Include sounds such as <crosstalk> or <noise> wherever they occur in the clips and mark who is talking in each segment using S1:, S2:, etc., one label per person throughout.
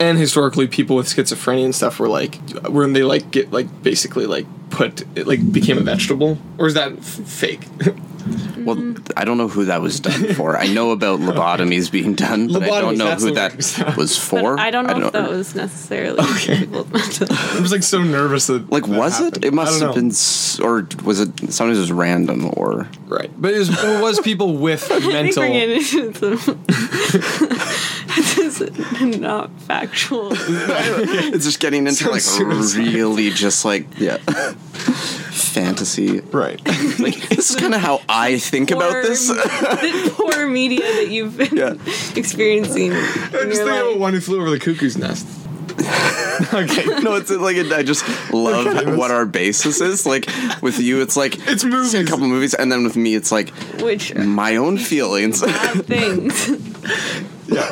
S1: and historically people with schizophrenia and stuff were like when they like get like basically like put it like became a vegetable or is that f- fake <laughs> Hmm.
S2: Well, I don't know who that was done for. I know about lobotomies being done, but I
S1: Lobotomies,
S2: don't know
S1: that's
S2: who
S1: the <laughs>
S2: that
S1: word.
S2: was
S3: But
S2: for.
S3: I don't know if that was necessarily
S1: Okay.
S3: people's mental
S1: i was like so nervous that
S2: Like,
S1: that
S2: was
S1: happened.
S2: it? It
S1: I
S2: must
S1: don't
S2: have
S1: know.
S2: been, s- or was it? Sometimes it was random,
S1: <laughs>
S2: or
S1: right but it was, it was people with
S3: <laughs> I think
S1: mental
S3: we're getting into some. <laughs> this is not factual.
S2: it's just getting into
S1: Some
S2: like
S1: suicide.
S2: really just like
S1: <laughs>
S2: yeah, fantasy.
S3: <laughs>
S1: right <laughs>
S2: This is kind of how I think about
S3: Poor-
S2: this.
S3: <laughs> the poor media that you've been
S2: Yeah.
S3: experiencing. I
S1: i just think of one who flew over the cuckoo's
S2: <laughs>
S1: nest okay
S2: <laughs> no, it's like I just love what our basis is. Like with you, it's like
S1: <laughs> It's movies.
S2: a couple movies, and then with me, it's like
S3: which are
S2: my own feelings. <laughs>
S3: bad things.
S1: yeah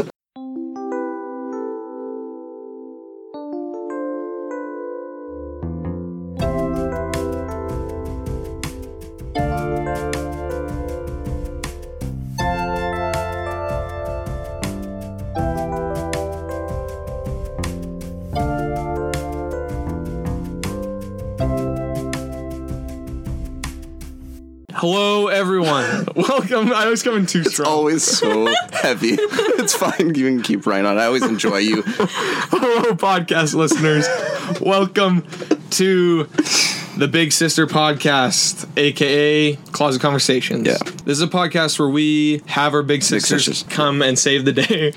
S1: Hello,
S2: <laughs>
S1: everyone. Welcome. I was coming too strong.
S2: always so
S1: <laughs>
S2: heavy. It's fine. You can keep right on. I always enjoy you.
S1: Hello, podcast
S2: <laughs>
S1: listeners. Welcome to the Big Sister Podcast, aka Closet Conversations.
S2: Yeah.
S1: This is a podcast where we have our big sisters,
S2: sisters.
S1: come and save the
S2: <laughs>
S1: day.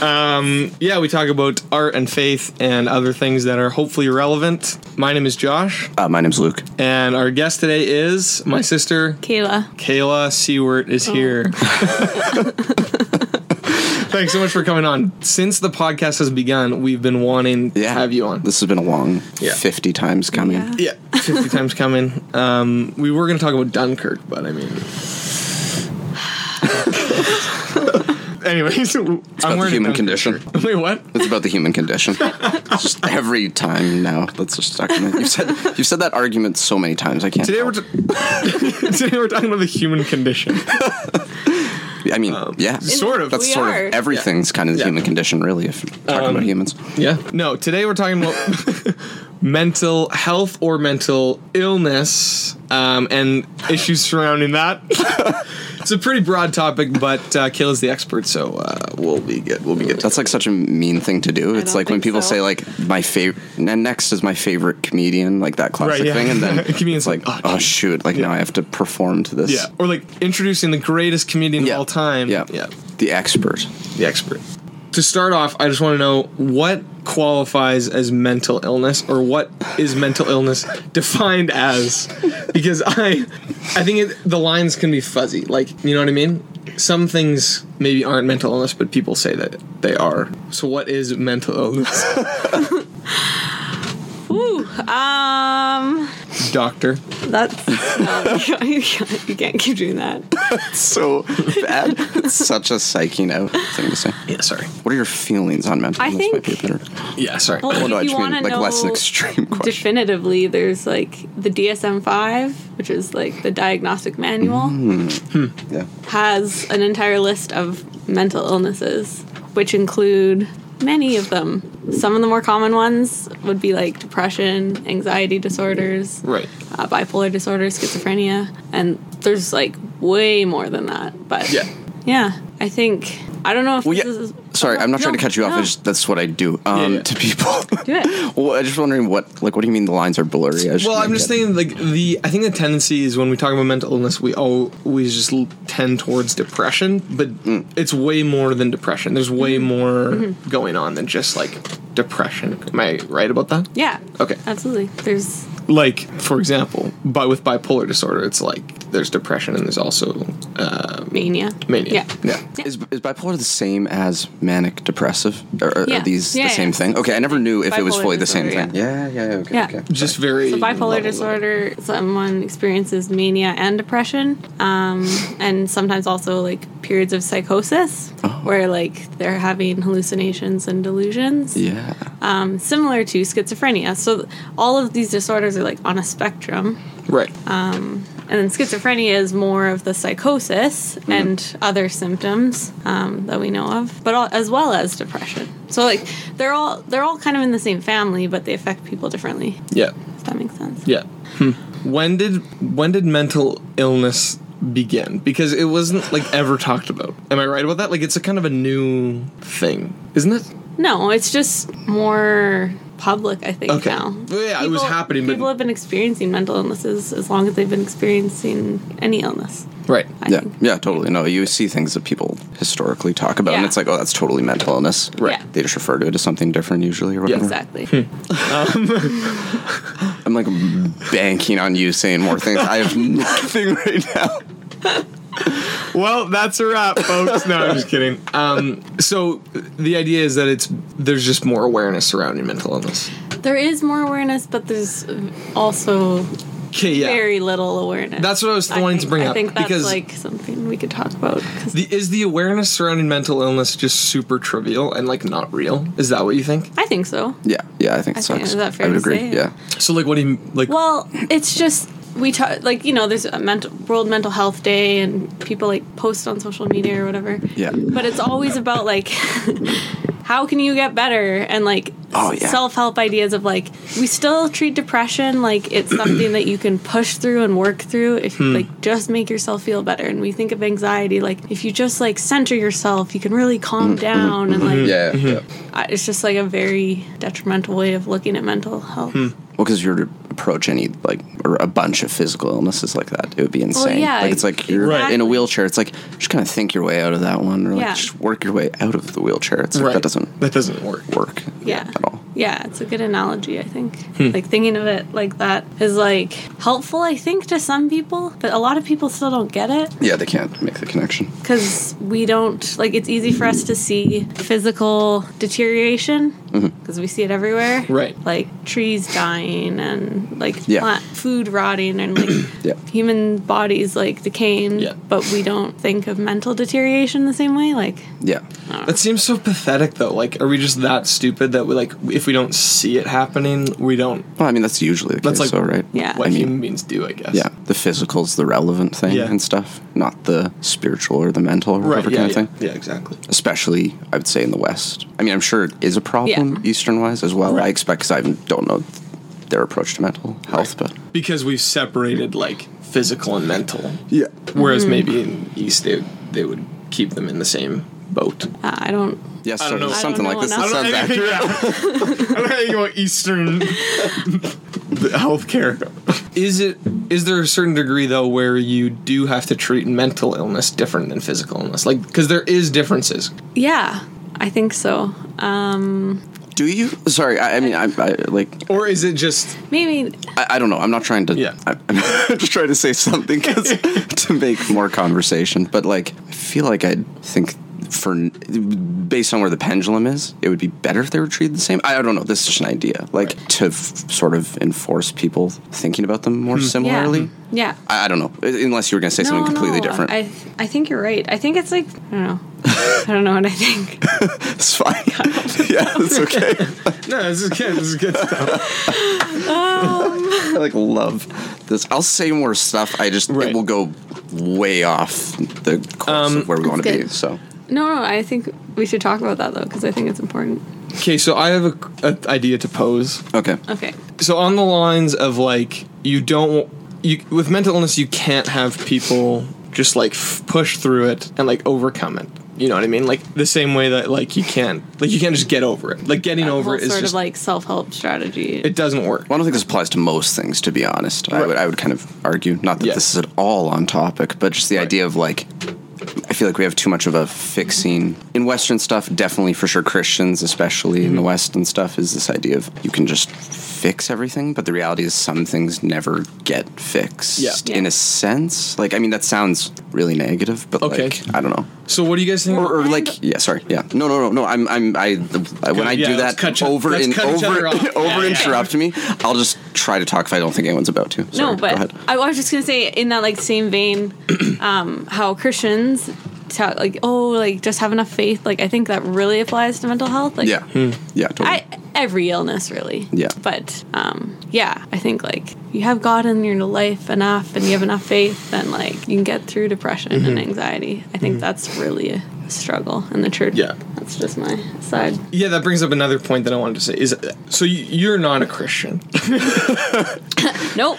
S1: um, yeah, we talk about art and faith and other things that are hopefully relevant. My name is Josh,
S2: Uh, my name's Luke.
S1: and our guest today is my sister,
S3: Kayla,
S1: Kayla Seward is here. Thanks so much for coming on. Since the podcast has begun, we've been wanting to
S2: Yeah.
S1: have you on.
S2: This has been a long
S1: Yeah.
S2: 50 times coming.
S3: Yeah.
S1: <laughs> Yeah, 50 times coming. Um, we were going to talk about Dunkirk, but I
S2: <laughs>
S1: mean. Anyways, I'm
S2: About the
S1: wearing a
S2: human
S1: Dunkirk
S2: condition.
S1: shirt. Wait, what?
S2: It's about the
S1: <laughs>
S2: human condition. It's just every time now. Let's just document. You've said you've said that argument so many times. I can't.
S1: Today we're, t- <laughs> today we're talking about the human condition.
S2: I mean,
S1: um,
S2: yeah.
S1: Sort of.
S2: That's
S3: We
S2: sort
S3: are.
S2: of everything's kind of the
S1: Yeah. Um,
S2: human condition, really. If you're talking about humans,
S1: Yeah. No, today we're talking about <laughs> mental health or mental illness um, and issues surrounding <laughs> that. it's a pretty broad topic, but uh, Kayla's the expert, so uh, we'll be good. We'll be good.
S2: that's like such a mean thing to do. It's
S3: don't
S2: like when
S3: think
S2: people
S3: so.
S2: say like my favorite, and next is my favorite comedian, like that classic
S1: Right, yeah.
S2: thing, and then
S1: <laughs> Comedian's
S2: it's like,
S1: like,
S2: oh,
S1: "Oh,
S2: shoot, like now I have to perform to this.
S1: yeah. Or like introducing the greatest comedian
S2: Yeah.
S1: of all time.
S2: Yeah.
S1: Yeah.
S2: The expert.
S1: The expert. To start off, I just want to know what qualifies as mental illness or what is mental illness <laughs> defined as because I I think it, the lines can be fuzzy. Like, you know what I mean? Some things maybe aren't mental illness, but people say that they are. So what is mental illness? <laughs>
S3: Ooh, um,
S1: Doctor.
S3: that's no, you, can't, <laughs> you can't- you can't keep doing that.
S2: <laughs> So bad. It's such a psyching out thing to say.
S1: Yeah, sorry.
S2: What are your feelings on mental
S3: I
S2: illness? Might be a
S3: think-
S2: better.
S1: Yeah, sorry.
S3: Well,
S2: Well, no,
S3: if
S2: I
S3: you
S2: just mean
S3: want to
S2: like
S3: know
S2: less an extreme question.
S3: definitively, there's like the DSM-5, which is like the diagnostic manual.
S2: yeah.
S3: has an entire list of mental illnesses, which include many of them. Some of the more common ones would be like depression, anxiety disorders,
S1: Right.
S3: uh, bipolar disorder, schizophrenia, and there's like way more than that. But
S1: Yeah.
S3: yeah, I think I don't know if
S2: Well,
S3: this
S2: yeah.
S3: is
S2: Sorry, I'm not
S3: No,
S2: trying to cut you off.
S3: no.
S2: I just that's what I do um,
S1: Yeah, yeah.
S2: to people.
S3: do
S2: <laughs>
S3: it.
S2: well, I'm just wondering what like what do you mean the lines are blurry? I
S1: Well, I'm just
S2: get-
S1: thinking like the I think the tendency is when we talk about mental illness, we always just l- tend towards depression, but it's way more than depression. There's way
S3: Mm-hmm.
S1: more going on than just like depression. Am I right about that?
S3: Yeah.
S1: Okay.
S3: Absolutely. There's
S1: Like for example, but with bipolar disorder, it's like there's depression and there's also uh,
S3: mania.
S1: mania.
S3: Yeah.
S1: Yeah.
S2: Is, is bipolar the same as manic depressive? Or are,
S3: Yeah.
S2: are these
S3: Yeah,
S2: the same
S3: yeah.
S2: thing? Okay, I never knew if it was
S3: Bipolar
S2: fully the same
S3: disorder,
S2: thing. Yeah, yeah, yeah. Okay,
S3: Yeah.
S2: okay.
S1: Just very
S3: So bipolar
S1: level.
S3: disorder, someone experiences mania and depression, um, and sometimes also like periods of psychosis, where like they're having hallucinations and delusions,
S2: Yeah.
S3: um, similar to schizophrenia. So th- all of these disorders are like on a spectrum,
S1: Right.
S3: And then schizophrenia is more of the psychosis and other symptoms um, that we know of, but all, as well as depression. So like they're all they're all kind of in the same family, but they affect people differently.
S1: Yeah.
S3: If that makes sense.
S1: Yeah. Hmm. When did when did mental illness begin? Because it wasn't like ever talked about. Am I right about that? Like it's a kind of a new thing, isn't it?
S3: No, it's just more public, I think,
S1: Okay.
S3: now.
S1: Well, yeah, it was happening, but-
S3: People have been experiencing mental illnesses as long as they've been experiencing any illness.
S1: Right.
S3: I
S2: Yeah,
S3: think.
S2: yeah, totally. No, you see things that people historically talk about, and
S3: Yeah.
S2: it's like, oh, that's totally mental illness.
S1: Right. Hmm.
S3: Yeah.
S2: They just refer to it as something different usually, or whatever.
S3: Exactly.
S2: I'm like banking on you saying more things. I
S3: <laughs>
S2: have nothing right now.
S1: Well, that's a wrap, folks. No, I'm just kidding. Um, so the idea is that it's there's just more awareness surrounding mental illness.
S3: there is more awareness, but there's also
S1: Okay, yeah.
S3: very little awareness.
S1: That's what I was wanting to
S3: think-
S1: bring
S3: I
S1: up,
S3: think that's
S1: because-
S3: like something we could talk about. 'cause-
S1: The, is the awareness surrounding mental illness just super trivial and like not real? Is that what you think?
S3: I think so.
S2: Yeah, yeah, I think it
S3: I
S2: sucks.
S3: think- is that fair
S2: I would
S3: to
S2: agree.
S3: say?
S2: Yeah,
S1: So like, what do you like?
S3: Well, it's just we talk like you know there's a mental World Mental Health Day and people like post on social media or whatever.
S2: yeah.
S3: But it's always about like <laughs> how can you get better and like
S2: Oh, yeah.
S3: self-help ideas of like we still treat depression
S2: <clears throat>
S3: like it's something that you can push through and work through if
S2: Hmm.
S3: you like just make yourself feel better and we think of anxiety like if you just like center yourself you can really calm
S2: Mm-hmm.
S3: down and like
S2: Yeah, yeah.
S3: I- it's just like a very detrimental way of looking at mental health.
S2: Well, because you were to approach any like or a bunch of physical illnesses like that, it would be insane.
S3: yeah,
S2: like it's like you're
S1: Right.
S2: in a wheelchair. It's like just kind of think your way out of that one, or like
S3: Yeah.
S2: just work your way out of the wheelchair. It's like
S1: right.
S2: that doesn't
S1: that doesn't work.
S2: work.
S3: Yeah.
S2: at all. Hmm.
S3: Yeah, it's a good analogy, I think. Like thinking of it like that is like helpful, I think, to some people, but a lot of people still don't get it
S2: Yeah, they can't make the connection.
S3: because we don't like. It's easy for us to see physical deterioration
S2: Mm-hmm.
S3: because we see it everywhere,
S1: Right.
S3: Like trees dying and like
S2: Yeah.
S3: plant food rotting and
S2: <clears throat>
S3: like
S2: Yeah.
S3: human bodies like decaying.
S1: Yeah.
S3: But we don't think of mental deterioration the same way, like.
S2: Yeah,
S3: Oh.
S1: That seems so pathetic, though. Like, are we just that stupid that we like if we don't see it happening, we don't?
S2: well, I mean that's usually the
S1: That's
S2: case,
S1: like
S2: though, right?
S3: Yeah.
S1: what
S2: I mean-
S1: human beings do, I guess.
S2: Yeah, the physical's the relevant thing
S1: Yeah.
S2: and stuff, not the spiritual or the mental or
S1: right.
S2: whatever
S1: Yeah,
S2: kind of
S1: yeah,
S2: thing.
S1: yeah, exactly.
S2: especially I would say in the West. I mean, I'm sure it is a problem
S3: Yeah.
S2: Eastern wise as well. I
S1: Right.
S2: expect because I even don't know their approach to mental health, but
S1: Because we've separated like physical and mental,
S2: yeah,
S1: whereas maybe in East they they would keep them in the same boat.
S3: Uh, I don't.
S2: yeah,
S1: I
S2: so,
S1: don't know. I
S2: something
S3: don't
S2: like
S3: know
S2: this.
S3: enough.
S2: That sounds
S1: I don't
S2: accurate.
S1: know anything about <laughs> Eastern healthcare. Is it? Is there a certain degree though where you do have to treat mental illness different than physical illness? Like, because there is differences.
S3: Yeah, I think so. Um,
S2: Do you? Sorry, I, I mean, I, I like,
S1: Or is it just
S3: maybe
S2: I, I don't know. I'm not trying to.
S1: Yeah.
S2: I, I'm <laughs> just trying to say something
S1: <laughs>
S2: 'cause- to make more conversation, but like, I feel like I think. For based on where the pendulum is, it would be better if they were treated the same. I, I don't know. This is just an idea, like to f- sort of enforce people thinking about them
S1: Hmm.
S2: more similarly.
S3: Yeah. yeah.
S2: I, I don't know. I- Unless you were going to say something completely different. <laughs>
S3: Mm-hmm. I I think you're right. I think it's like I don't know. I don't know what I think.
S2: it's
S3: <laughs>
S2: fine. <laughs> yeah, it's okay.
S1: no? This is good. This is good stuff.
S2: I like love this. I'll say more stuff. I just
S1: Right.
S2: it will go way off the course
S1: Um,
S2: of where we want to
S3: That's
S2: be.
S3: good.
S2: So
S3: No, no. I think we should talk about that though because I think it's important.
S1: <laughs> Okay, so I have a, a idea to pose.
S2: okay.
S3: Okay.
S1: So on the lines of like you don't you with mental illness you can't have people just like f- push through it and like overcome it. You know what I mean? Like the same way that like you can't like you can't just get over it. Like getting
S3: That
S1: over
S3: whole
S1: it is
S3: sort
S1: just
S3: of like self help strategy.
S1: it doesn't work.
S2: Well, I don't think this applies to most things, to be honest. I
S1: Right.
S2: would I would kind of argue not that
S1: Yeah.
S2: this is at all on topic, but just the idea of like. I feel like we have too much of a fixing in Western stuff. Definitely, for sure, Christians, especially
S1: Mm-hmm.
S2: in the West and stuff, is this idea of you can just fix everything. But the reality is, some things never get fixed.
S1: Yeah.
S2: In
S3: Yeah.
S2: a sense, like I mean, that sounds really negative, but
S1: Okay.
S2: like I don't know.
S1: So what do you guys think?
S2: Or, or like, yeah, sorry, yeah, no, no, no, no. I'm, I'm, I. I- when I
S1: Yeah,
S2: do
S1: let's
S2: that,
S1: cut you-
S2: over
S1: let's
S2: in
S1: cut each
S2: over
S1: other off.
S2: <laughs> over
S1: Yeah,
S2: interrupt me. I'll just try to talk if I don't think anyone's about to. Sorry,
S3: no,
S2: go
S3: but
S2: ahead.
S3: I was just gonna say in that like same
S1: <clears throat>
S3: vein, um, how Christians talk
S1: Hmm.
S3: like oh like just have enough faith. Like I think that really applies to mental health. Like
S2: yeah, yeah, totally.
S3: I every illness really.
S2: Yeah.
S3: But um, yeah, I think like you have God in your life enough, and you have enough faith, then like you can get through depression
S1: Mm-hmm.
S3: and anxiety. I think that's really a struggle in the church.
S1: Yeah.
S3: That's just my side.
S1: Yeah, that brings up another point that I wanted to say is so you- you're not a Christian.
S3: Nope.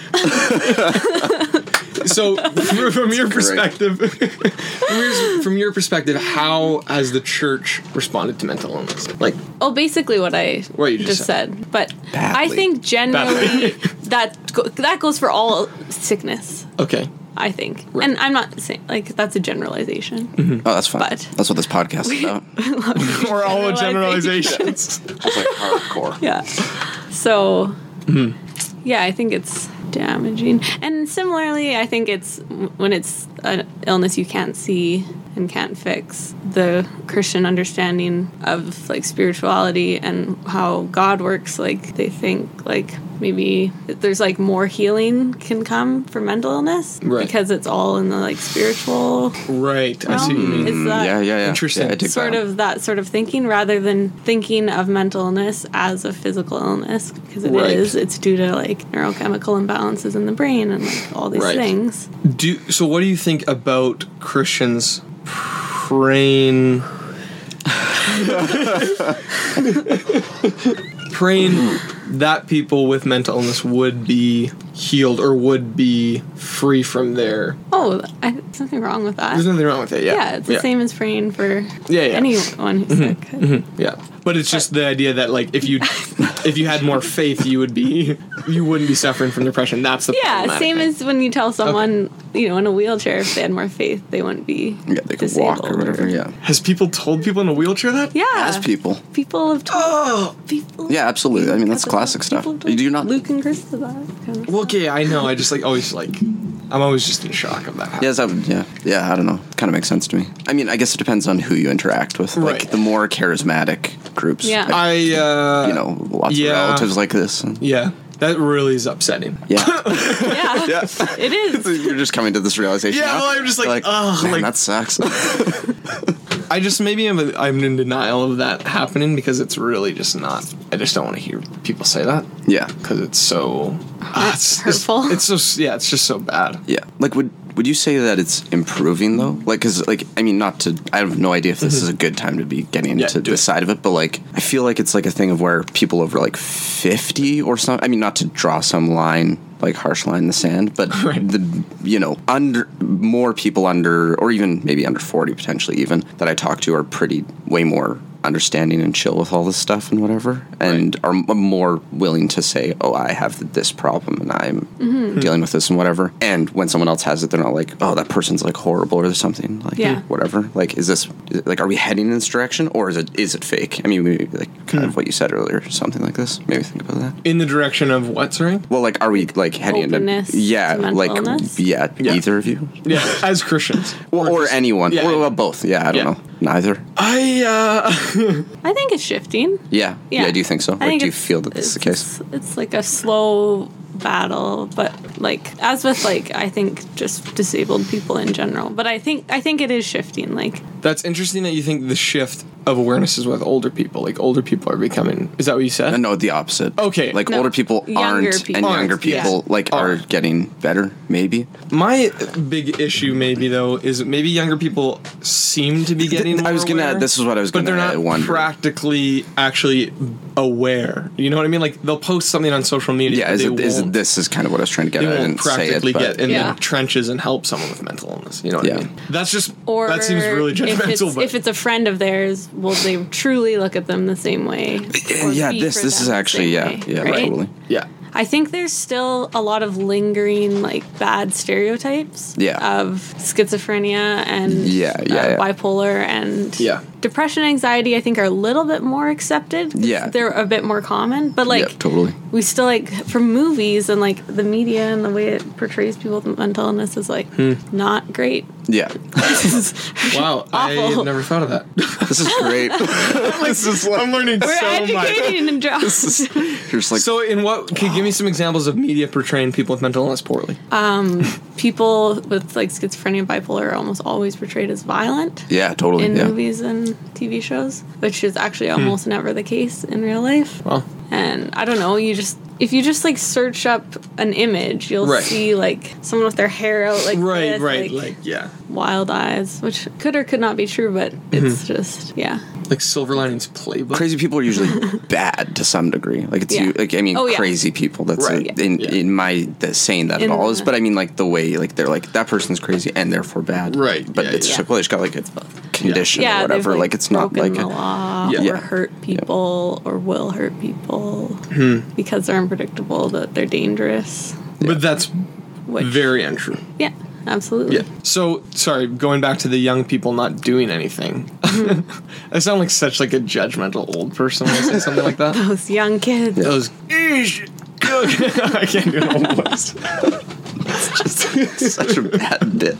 S1: So from, from your
S2: That's
S1: perspective, <laughs> from your- from your perspective, how has the church responded to mental illness? Like,
S3: Well, Oh, basically what I
S1: What you
S3: just,
S1: just
S3: said. but I
S2: Badly.
S3: think
S1: Badly.
S3: generally <laughs> that go- that goes for all sickness.
S1: okay,
S3: I think,
S1: Right.
S3: and I'm not saying like that's a generalization.
S2: Oh, that's fine.
S3: But-
S2: that's what this podcast
S3: <laughs>
S2: is
S1: <laughs>
S2: about.
S1: or all the
S3: Generalization.
S1: generalizations.
S2: It's like hardcore.
S3: Yeah, so yeah, I think it's damaging. And similarly, I think it's when it's an illness you can't see and can't fix. The Christian understanding of like spirituality and how God works, like they think like maybe that there's like more healing can come from mental illness
S1: Right.
S3: because it's all in the like spiritual
S1: right, I see. Mm, What you
S3: realm.
S1: mean.
S3: Is that
S2: Yeah, yeah, yeah.
S1: Interesting.
S2: Yeah, I dig
S3: sort
S2: that.
S3: of that sort of thinking rather than thinking of mental illness as a physical illness because it is.
S1: Right.
S3: it's due to like neurochemical imbalances in the brain and like all these
S1: Right.
S3: things
S1: Do so. What do you think about Christians praying? <laughs> praying that people with mental illness would be healed or would be free from their.
S3: oh I, there's nothing wrong with that
S1: There's nothing wrong with it. Yeah.
S3: yeah it's the same as praying for
S1: Yeah, yeah.
S3: anyone
S2: Mm-hmm.
S3: who's sick
S1: Yeah. But it's just the idea that like if
S2: <laughs>
S1: you if you had more faith, you would be you wouldn't be suffering from depression. That's the
S3: yeah
S1: problematic
S3: same
S1: thing.
S3: as when you tell someone you know in a wheelchair if they had more faith they wouldn't be
S2: Yeah, they could walk or
S3: disabled
S2: whatever. Yeah.
S1: Has people told people in a wheelchair that?
S3: yeah
S2: As people.
S3: people have told
S1: Oh.
S3: people
S2: Yeah, absolutely. I mean, that's classic stuff.
S3: people have
S2: Do
S3: told
S2: you not?
S3: Luke and Chris that kind of
S1: Well, okay, I know. I just like always like I'm always just in shock of that.
S2: Yes, I would, yeah, yeah. I don't know. Kind of makes sense to me. I mean, I guess it depends on who you interact with. Like
S1: Right.
S2: the more charismatic groups,
S3: Yeah.
S2: like,
S1: I uh
S2: you know, lots
S1: yeah.
S2: of relatives like this. and-
S1: Yeah. That really is upsetting. <laughs>
S2: yeah, <laughs>
S3: yeah,
S2: <laughs> yeah.
S3: it is
S2: You're just coming to this realization.
S1: Yeah,
S2: now.
S1: well, I'm just like,
S2: You're
S1: ugh,
S2: man,
S1: like-
S2: that sucks. <laughs>
S1: I just maybe I'm I'm in denial of that happening because it's really just not. I just don't want to hear people say that
S2: yeah,
S1: because it's so ah, it's, it's-
S3: hurtful.
S1: It's, so yeah, it's just so bad.
S2: yeah. Like, would would you say that it's improving though? Like, because like, I mean, not to. I have no idea if this is a good time to be getting
S1: Mm-hmm. Yeah,
S2: into
S1: do
S2: this
S1: it.
S2: side of it, but like, I feel like it's like a thing of where people over like fifty or something. I mean, not to draw some line. Like harsh line in the sand, but
S1: Right.
S2: the you know under more people under or even maybe under forty potentially even that I talk to are pretty way more understanding and chill with all this stuff and whatever, and are m- more willing to say, "Oh, I have this problem and I'm dealing with this and whatever." And when someone else has it, they're not like, "Oh, that person's like horrible or something." Like,
S3: Yeah.
S2: whatever. Like, is this is it- like are we heading in this direction or is it is it fake? I mean, maybe like kind of what you said earlier, something like this. Maybe think about that.
S1: In the direction of what, sorry?
S2: Well, like, are we like heading
S3: Openness
S2: into yeah,
S3: to mental
S2: like
S3: illness?
S2: yeah,
S1: Yeah.
S2: either of you
S1: Yeah, <laughs> as Christians.
S2: or, or anyone
S1: yeah.
S2: or well, both? Yeah, I don't
S1: Yeah.
S2: know, neither.
S1: I uh <laughs>
S3: I think it's shifting.
S2: Yeah. yeah,
S3: Yeah.
S2: Do you think so?
S3: I
S2: Like,
S3: think
S2: do you
S3: it's-
S2: feel that this is the case?
S3: It's, it's like a slow battle, but like as with like I think just disabled people in general. But I think I think it is shifting. Like
S1: that's interesting that you think the shift of awareness is with older people. Like older people are becoming is that what you said?
S2: Uh, No, the opposite.
S1: Okay.
S2: Like
S3: No.
S2: older people
S3: Younger
S2: aren't,
S3: people.
S2: and
S1: Aren't,
S2: younger
S1: yeah.
S2: people like are
S1: Aren't.
S2: getting better. Maybe.
S1: My big issue, maybe though, is maybe younger people seem to be getting.
S2: I
S1: more
S2: was gonna-
S1: aware,
S2: this is what I was
S1: But
S2: gonna
S1: they're not
S2: wonder.
S1: practically actually aware. You know what I mean? Like they'll post something on social media.
S2: Yeah.
S1: but
S2: Is
S1: they
S2: it, is it,
S1: won't-
S2: this is kind of what I was trying to get.
S1: They
S2: at. I
S1: won't
S2: didn't say it,
S1: practically
S2: but
S1: get in
S3: Yeah.
S1: the trenches and help someone with mental illness. You know what
S2: Yeah.
S1: I mean? That's just
S3: or
S1: that seems really
S3: if
S1: judgmental.
S3: it's,
S1: but
S3: if it's a friend of theirs, will they truly look at them the same way? or
S2: yeah,
S3: be
S2: this
S3: for
S2: this
S3: them
S2: is
S3: the
S2: actually
S3: same
S2: yeah
S3: way,
S2: yeah
S3: right?
S2: totally
S1: yeah,
S3: I think there's still a lot of lingering like bad stereotypes
S2: Yeah.
S3: of schizophrenia and uh,
S2: Yeah, yeah, yeah.
S3: bipolar and
S1: Yeah.
S3: depression and anxiety I think are a little bit more accepted. 'cause
S2: Yeah.
S3: They're a bit more common. But like
S2: yeah totally.
S3: we still like from movies and like the media and the way it portrays people with mental illness is like
S2: Hmm.
S3: not
S2: <laughs>
S3: great.
S2: Yeah,
S1: wow,
S3: Awful.
S1: I never thought of that.
S2: this is
S3: <laughs>
S2: great. this is
S1: Oh. <laughs> I'm
S2: like,
S1: learning
S3: We're
S1: so much.
S2: <laughs>
S3: educating and jobs.
S2: you're just like
S1: Uh, So, in what? Can you give me some examples of media portraying people with mental illness poorly?
S3: people with like schizophrenia and bipolar are almost always portrayed as violent
S2: Yeah, totally.
S3: in
S2: yeah.
S3: movies and TV shows, which is actually
S1: Hmm.
S3: almost never the case in real life.
S1: Well,
S3: And I don't know, you just if you just like search up an image, you'll
S1: Right.
S3: see like someone with their hair out like
S1: right,
S3: this,
S1: right,
S3: like,
S1: like yeah,
S3: wild eyes, which could or could not be true, but
S1: Hmm.
S3: it's just yeah.
S1: like Silver Linings Playbook.
S2: crazy people are
S3: <laughs>
S2: usually bad to some degree. Like it's
S3: Yeah.
S2: you, like I mean,
S3: Oh, yeah.
S2: crazy people. That's
S1: Right.
S2: like, in
S1: Yeah.
S2: in my the saying that
S3: In
S2: at all is,
S3: the-
S2: but I mean like the way like they're like that person's crazy and therefore bad.
S1: Right.
S2: But
S1: Yeah,
S2: it's
S1: yeah.
S2: just like well, they just got like a condition
S3: yeah,
S2: or
S3: they've,
S2: whatever. Like, it's not
S3: broken
S2: like <laughs>
S3: the
S2: a,
S3: law
S1: Yeah.
S3: or
S1: Yeah. Hmm.
S3: hurt people or will hurt people because they're unpredictable, that they're dangerous.
S1: But that's
S3: Which
S1: very untrue.
S3: yeah, absolutely.
S1: Yeah. So sorry, going back to the young people not doing anything. Mm-hmm. <laughs> I sound like such like a judgmental old person when I say something like that. <laughs>
S3: Those young kids.
S1: Those Eesh. <laughs> I can't do an old voice. <laughs>
S2: such a bad bit.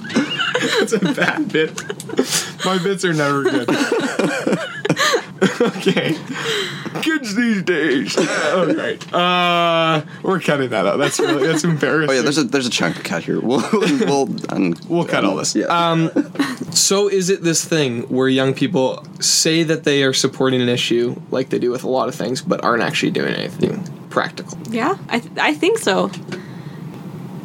S1: It's a bad bit. My bits are never good. <laughs> okay. Kids these days. All right. Uh, we're cutting that out. That's really that's embarrassing.
S2: Oh yeah, there's a there's a chunk of cut here. We'll <laughs> we'll un-
S1: we'll cut all this. Um,
S2: Yeah.
S1: So is it this thing where young people say that they are supporting an issue like they do with a lot of things but aren't actually doing anything practical?
S3: Yeah, I, th- I think so.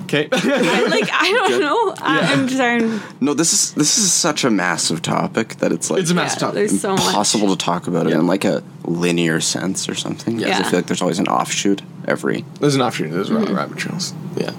S1: Okay.
S3: I, <laughs> like I don't know. I,
S1: Yeah.
S3: I'm trying.
S2: no, this is this is such a massive topic that it's like
S1: It's a massive
S3: Yeah,
S1: topic.
S3: there's so much.
S2: impossible to talk about it
S1: Yeah.
S2: in like a linear sense or something.
S1: Yeah.
S2: Yeah. I feel like there's always an offshoot every.
S1: <laughs> There's an option. There's
S2: Mm-hmm.
S1: rabbit trails. Yeah.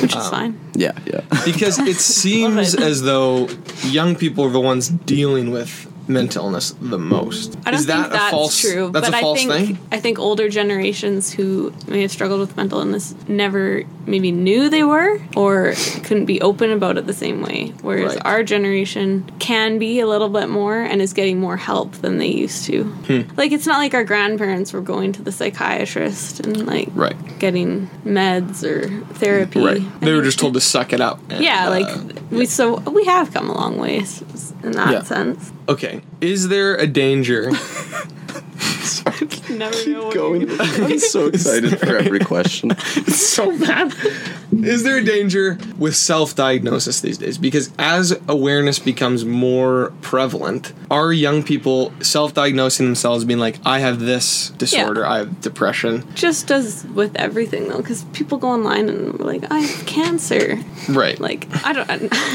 S3: which
S1: Um,
S3: is fine.
S2: Yeah, yeah.
S1: Because
S3: <laughs>
S1: it seems
S3: it.
S1: as though young people are the ones dealing with mental illness the most.
S3: I don't
S1: is that
S3: think
S1: a
S3: that's
S1: false
S3: true.
S1: That's
S3: but
S1: a false
S3: I think
S1: thing?
S3: I think older generations who may have struggled with mental illness never maybe knew they were or couldn't be open about it the same way. Whereas
S1: Right.
S3: our generation can be a little bit more and is getting more help than they used to.
S1: Hmm.
S3: Like it's not like our grandparents were going to the psychiatrist and like
S1: Right.
S3: getting meds or therapy.
S1: Right. They were just told to suck it up. and,
S3: yeah, like
S1: uh,
S2: um,
S3: we so we have come a long ways in that
S1: Yeah.
S3: sense.
S1: okay. Is there a
S3: <laughs>
S1: danger?
S3: Never know what you're
S2: going. I'm <laughs> so
S1: <laughs>
S2: excited for every question.
S1: so bad. Is there a danger with self diagnosis these days? Because as awareness becomes more prevalent, are young people self diagnosing themselves, being like, I have this disorder, I have depression?
S3: just does with everything though because people go online and like i have cancer
S1: Right.
S3: like i don't <laughs>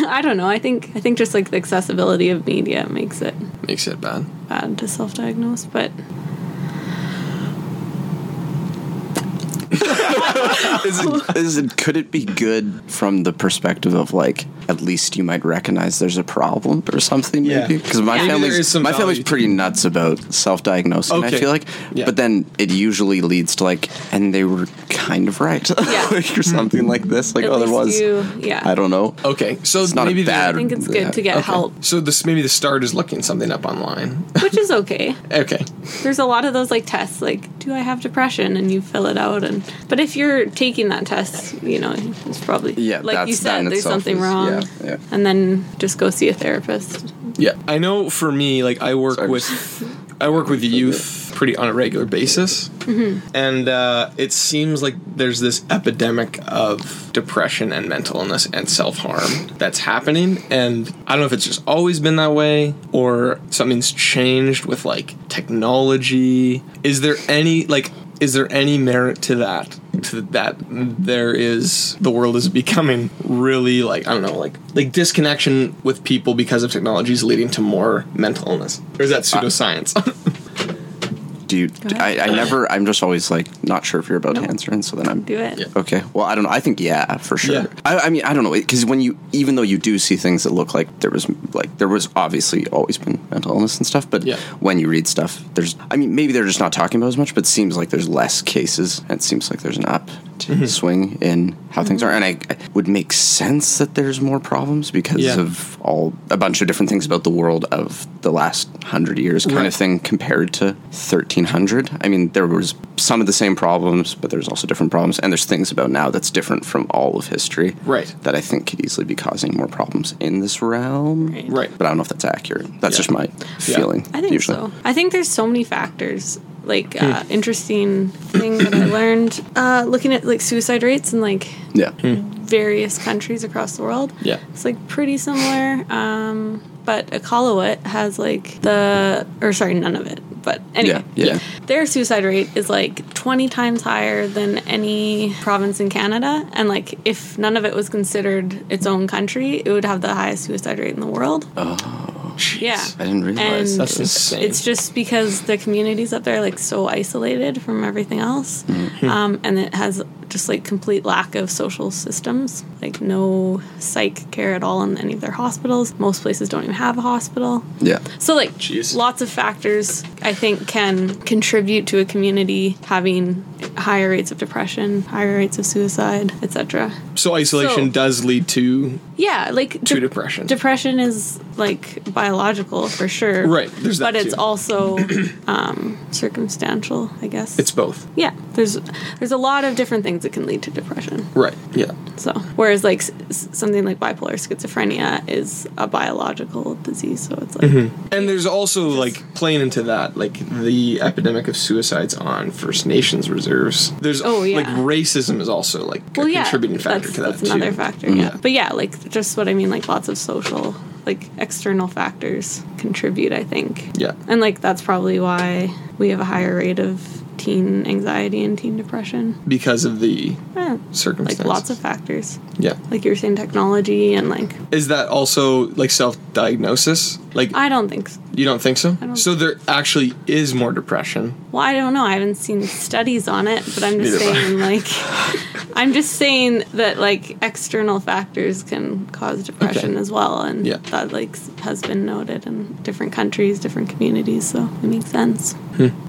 S3: i don't know i think i think just like the accessibility of media makes it
S1: makes it bad.
S3: bad to self-diagnose but
S2: <laughs> Is it, is it, could it be good from the perspective of like at least you might recognize there's a problem or something?
S1: Yeah.
S2: Maybe because my
S1: Maybe there is
S2: family's
S1: some
S2: my
S1: value
S2: family's
S1: to
S2: pretty nuts about self-diagnosing.
S1: Okay.
S2: I feel like,
S1: Yeah.
S2: but then it usually leads to like, and they were kind of right,
S3: Yeah.
S2: <laughs> like, or something like this. Like,
S3: at
S2: oh, there
S3: least
S2: was.
S3: you yeah
S2: I don't know.
S1: Okay, so
S2: It's not
S1: maybe
S2: a bad.
S1: The,
S3: I think it's good to get help
S1: so this maybe the start is looking something up online. <laughs>
S3: which is okay
S1: okay,
S3: there's a lot of those like tests like do i have depression and you fill it out and but if you're taking that test you know it's probably
S2: Yeah,
S3: like you
S2: that's- that
S3: said
S2: in
S3: there's
S2: itself
S3: something
S2: is-
S3: wrong
S2: yeah, yeah.
S3: and then just go see a therapist
S1: yeah, I know. For me, like I work
S2: Sorry.
S1: with, I work with youth pretty on a regular basis, and uh, it seems like there's this epidemic of depression and mental illness and self harm that's happening. And I don't know if it's just always been that way or something's changed with like technology. Is there any like? Is there any merit to that? to that there is the world is becoming really like I don't know like like disconnection with people because of technology is leading to more mental illness or is that pseudoscience? <laughs>
S2: Do you?
S3: ahead.
S2: I, I never. I'm just always like not sure if you're about to answer, and so then I'm
S3: do it
S1: Yeah.
S2: Okay. Well, I don't know. I think yeah, for sure.
S1: Yeah.
S2: I, I mean, I don't know because when you, even though you do see things that look like there was like there was obviously always been mental illness and stuff, but
S1: Yeah.
S2: when you read stuff, there's. I mean, maybe they're just not talking about it as much, but it seems like there's less cases, and it seems like there's an up
S1: Mm-hmm.
S2: swing in how things are, and I it would make sense that there's more problems because
S1: Yeah.
S2: of all a bunch of different things about the world of the last hundred years, kind
S1: Right.
S2: of thing, compared to 1300. I mean, there was some of the same problems, but there's also different problems, and there's things about now that's different from all of history,
S1: Right.
S2: That I think could easily be causing more problems in this realm,
S3: Right.
S1: right.
S2: But I don't know if that's accurate. That's
S1: Yeah.
S2: just my
S1: Yeah.
S2: feeling.
S3: I think
S2: usually.
S3: so. I think there's so many factors. Like uh,
S1: Hmm.
S3: interesting thing that I learned uh, looking at like suicide rates and like
S2: Yeah.
S3: various countries across the world.
S4: Yeah.
S3: It's like pretty similar. Um, but Iqaluit has like the, or sorry, none of it. But anyway,
S2: Yeah, yeah.
S3: their suicide rate is like 20 times higher than any province in Canada. And like if none of it was considered its own country, it would have the highest suicide rate in the world. Yeah.
S2: Oh, I didn't realize
S3: And
S4: That's insane.
S3: It's just because the communities up there are like so isolated from everything else,
S2: Mm-hmm.
S3: um, and it has just like complete lack of social systems, like no psych care at all in any of their hospitals. Most places don't even have a hospital.
S2: Yeah.
S3: So like
S1: Jeez.
S3: lots of factors I think can contribute to a community having higher rates of depression, higher rates of suicide, etc.
S1: So isolation
S3: So-
S1: does lead to
S3: Yeah, like
S1: To
S3: de-
S1: depression.
S3: Depression is like biological for sure.
S1: Right, there's that
S3: but it's
S1: too.
S3: also <clears throat> um, circumstantial, I guess.
S1: it's both.
S3: yeah. There's there's a lot of different things that can lead to depression.
S1: Right.
S4: yeah.
S3: So whereas like s- s- something like bipolar schizophrenia is a biological disease, so it's like
S1: And there's also like playing into that, like the epidemic of suicides on First Nations reserves. There's
S3: Oh, yeah.
S1: like racism is also like a contributing factor
S3: that's,
S1: to that
S3: that's
S1: too.
S3: another factor. Yeah, but yeah, like just what I mean, like lots of social, like external factors contribute. I think.
S1: Yeah.
S3: and like that's probably why we have a higher rate of teen anxiety and teen depression.
S1: Because of the
S3: Eh, like
S1: circumstances.
S3: lots of factors.
S1: yeah.
S3: Like you were saying, technology and like
S1: Is that also like self-diagnosis? Like
S3: I don't think.
S1: you don't think so?
S3: don't-
S1: so there actually is more depression.
S3: Well, I don't know. I haven't seen studies on it, but I'm just
S1: Neither have I.
S3: saying like.
S1: <laughs>
S3: I'm just saying that like external factors can cause depression
S1: Okay.
S3: as well, and
S1: Yeah.
S3: that like s- has been noted in different countries, different communities. So it makes sense.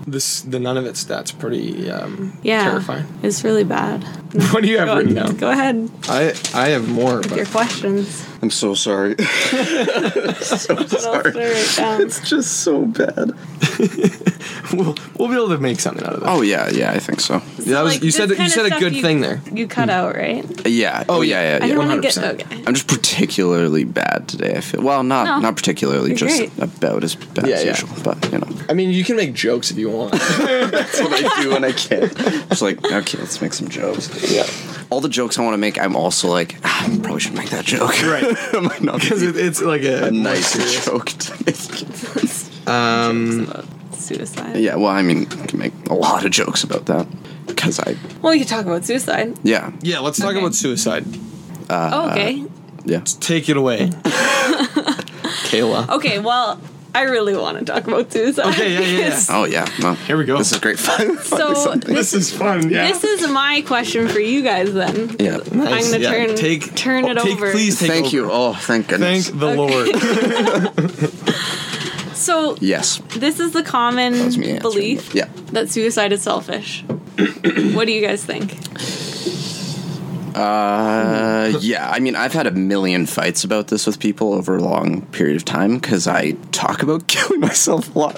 S1: This the none of it stat's pretty um,
S3: Yeah,
S1: terrifying.
S3: it's really bad.
S1: <laughs> What do you have
S3: Go,
S1: written down?
S3: go ahead
S1: I I have more.
S3: with your
S1: But <laughs>
S3: questions.
S2: I'm so sorry. <laughs>
S3: What else did I write down?
S2: Just so bad.
S1: <laughs> we'll, we'll be able to make something out of that.
S2: Oh yeah, yeah, I think so.
S1: that was
S3: Like,
S1: you
S3: this
S1: said you
S3: kinda
S1: said a
S3: stuff
S1: good
S3: you-
S1: thing there. Hmm.
S3: You cut out, right?
S2: Yeah. Oh yeah, yeah,
S3: I
S2: yeah.
S3: don't want to get
S1: 100%.
S3: okay.
S2: I'm just particularly bad today. I feel well, not
S3: No.
S2: not particularly,
S3: You're
S2: just
S3: great.
S2: about as bad
S1: Yeah,
S2: as
S1: yeah.
S2: usual. But you know,
S1: I mean, you can make jokes if you want.
S2: that's what I do when I can't. It's like okay, let's make some jokes.
S1: <laughs> yeah.
S2: All the jokes I want to make, I'm also like, ah, I probably should make that joke. <laughs>
S1: Right.
S2: i might not
S1: Because
S2: be
S1: it, it's like a,
S2: a nice
S1: serious-
S2: joke to make.
S3: Um, suicide.
S2: Yeah, well, I mean, I can make a lot of jokes about that because I,
S3: Well, you could talk about suicide.
S2: yeah,
S1: Yeah, let's talk
S3: Okay.
S1: about suicide. Uh,
S3: oh, okay.
S2: yeah.
S1: Take it
S3: <laughs>
S1: away, Kayla.
S3: Okay. Well, I really want to talk about suicide.
S1: Okay, yeah, yeah, yeah.
S3: <laughs> because-
S2: Oh yeah, well,
S1: Here we go.
S2: This is
S1: <laughs>
S2: great fun.
S3: So this,
S1: is fun. Yeah.
S3: this is my question for you guys then.
S2: yeah.
S1: Nice,
S3: I'm gonna
S1: yeah.
S3: turn
S1: Take- oh,
S3: turn it
S1: take-
S3: over.
S1: please take
S2: Thank
S1: over.
S2: you. Oh, thank goodness.
S1: Thank the
S3: <laughs>
S1: Lord.
S3: So
S2: Yes,
S3: this is the common
S2: was me answering
S3: belief
S2: that. Yeah.
S3: that suicide
S2: <clears throat>
S3: is selfish. what do you guys think? Mm-hmm.
S2: Uh, yeah, I mean, I've had a million fights about this with people over a long period of time because I talk about <laughs> killing myself a lot,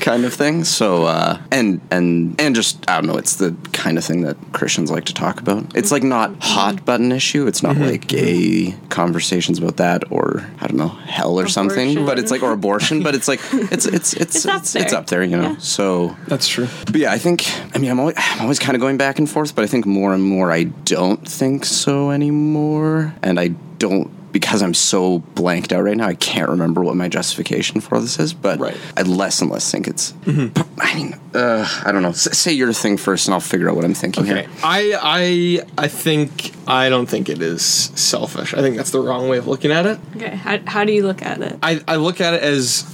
S2: kind of thing. So, uh, and and and just I don't know, it's the kind of thing that Christians like to talk about. It's like
S3: Mm-hmm.
S2: not hot button issue. It's not like gay conversations about that or I don't know hell or something.
S3: Abortion.
S2: But it's like or abortion. But it's like it's
S3: <laughs>
S2: it's it's it's,
S3: up
S2: it's,
S3: there.
S2: up there, you know.
S3: Yeah.
S2: So
S1: That's true.
S2: but yeah, I think. I mean, I'm always, I'm always kind of going back and forth, but I think more and more I don't think so anymore, and I don't because I'm so blanked out right now. I can't remember what my justification for this is, but
S1: Right. Mm-hmm.
S2: I less and less think it's. I mean, uh, I don't know. S- say your thing first, and I'll figure out what I'm thinking.
S1: Okay.
S2: here.
S1: I I I think I don't think it is selfish. I think that's the wrong way of looking at it.
S3: Okay, how, how do you look at it?
S1: I, I look at it as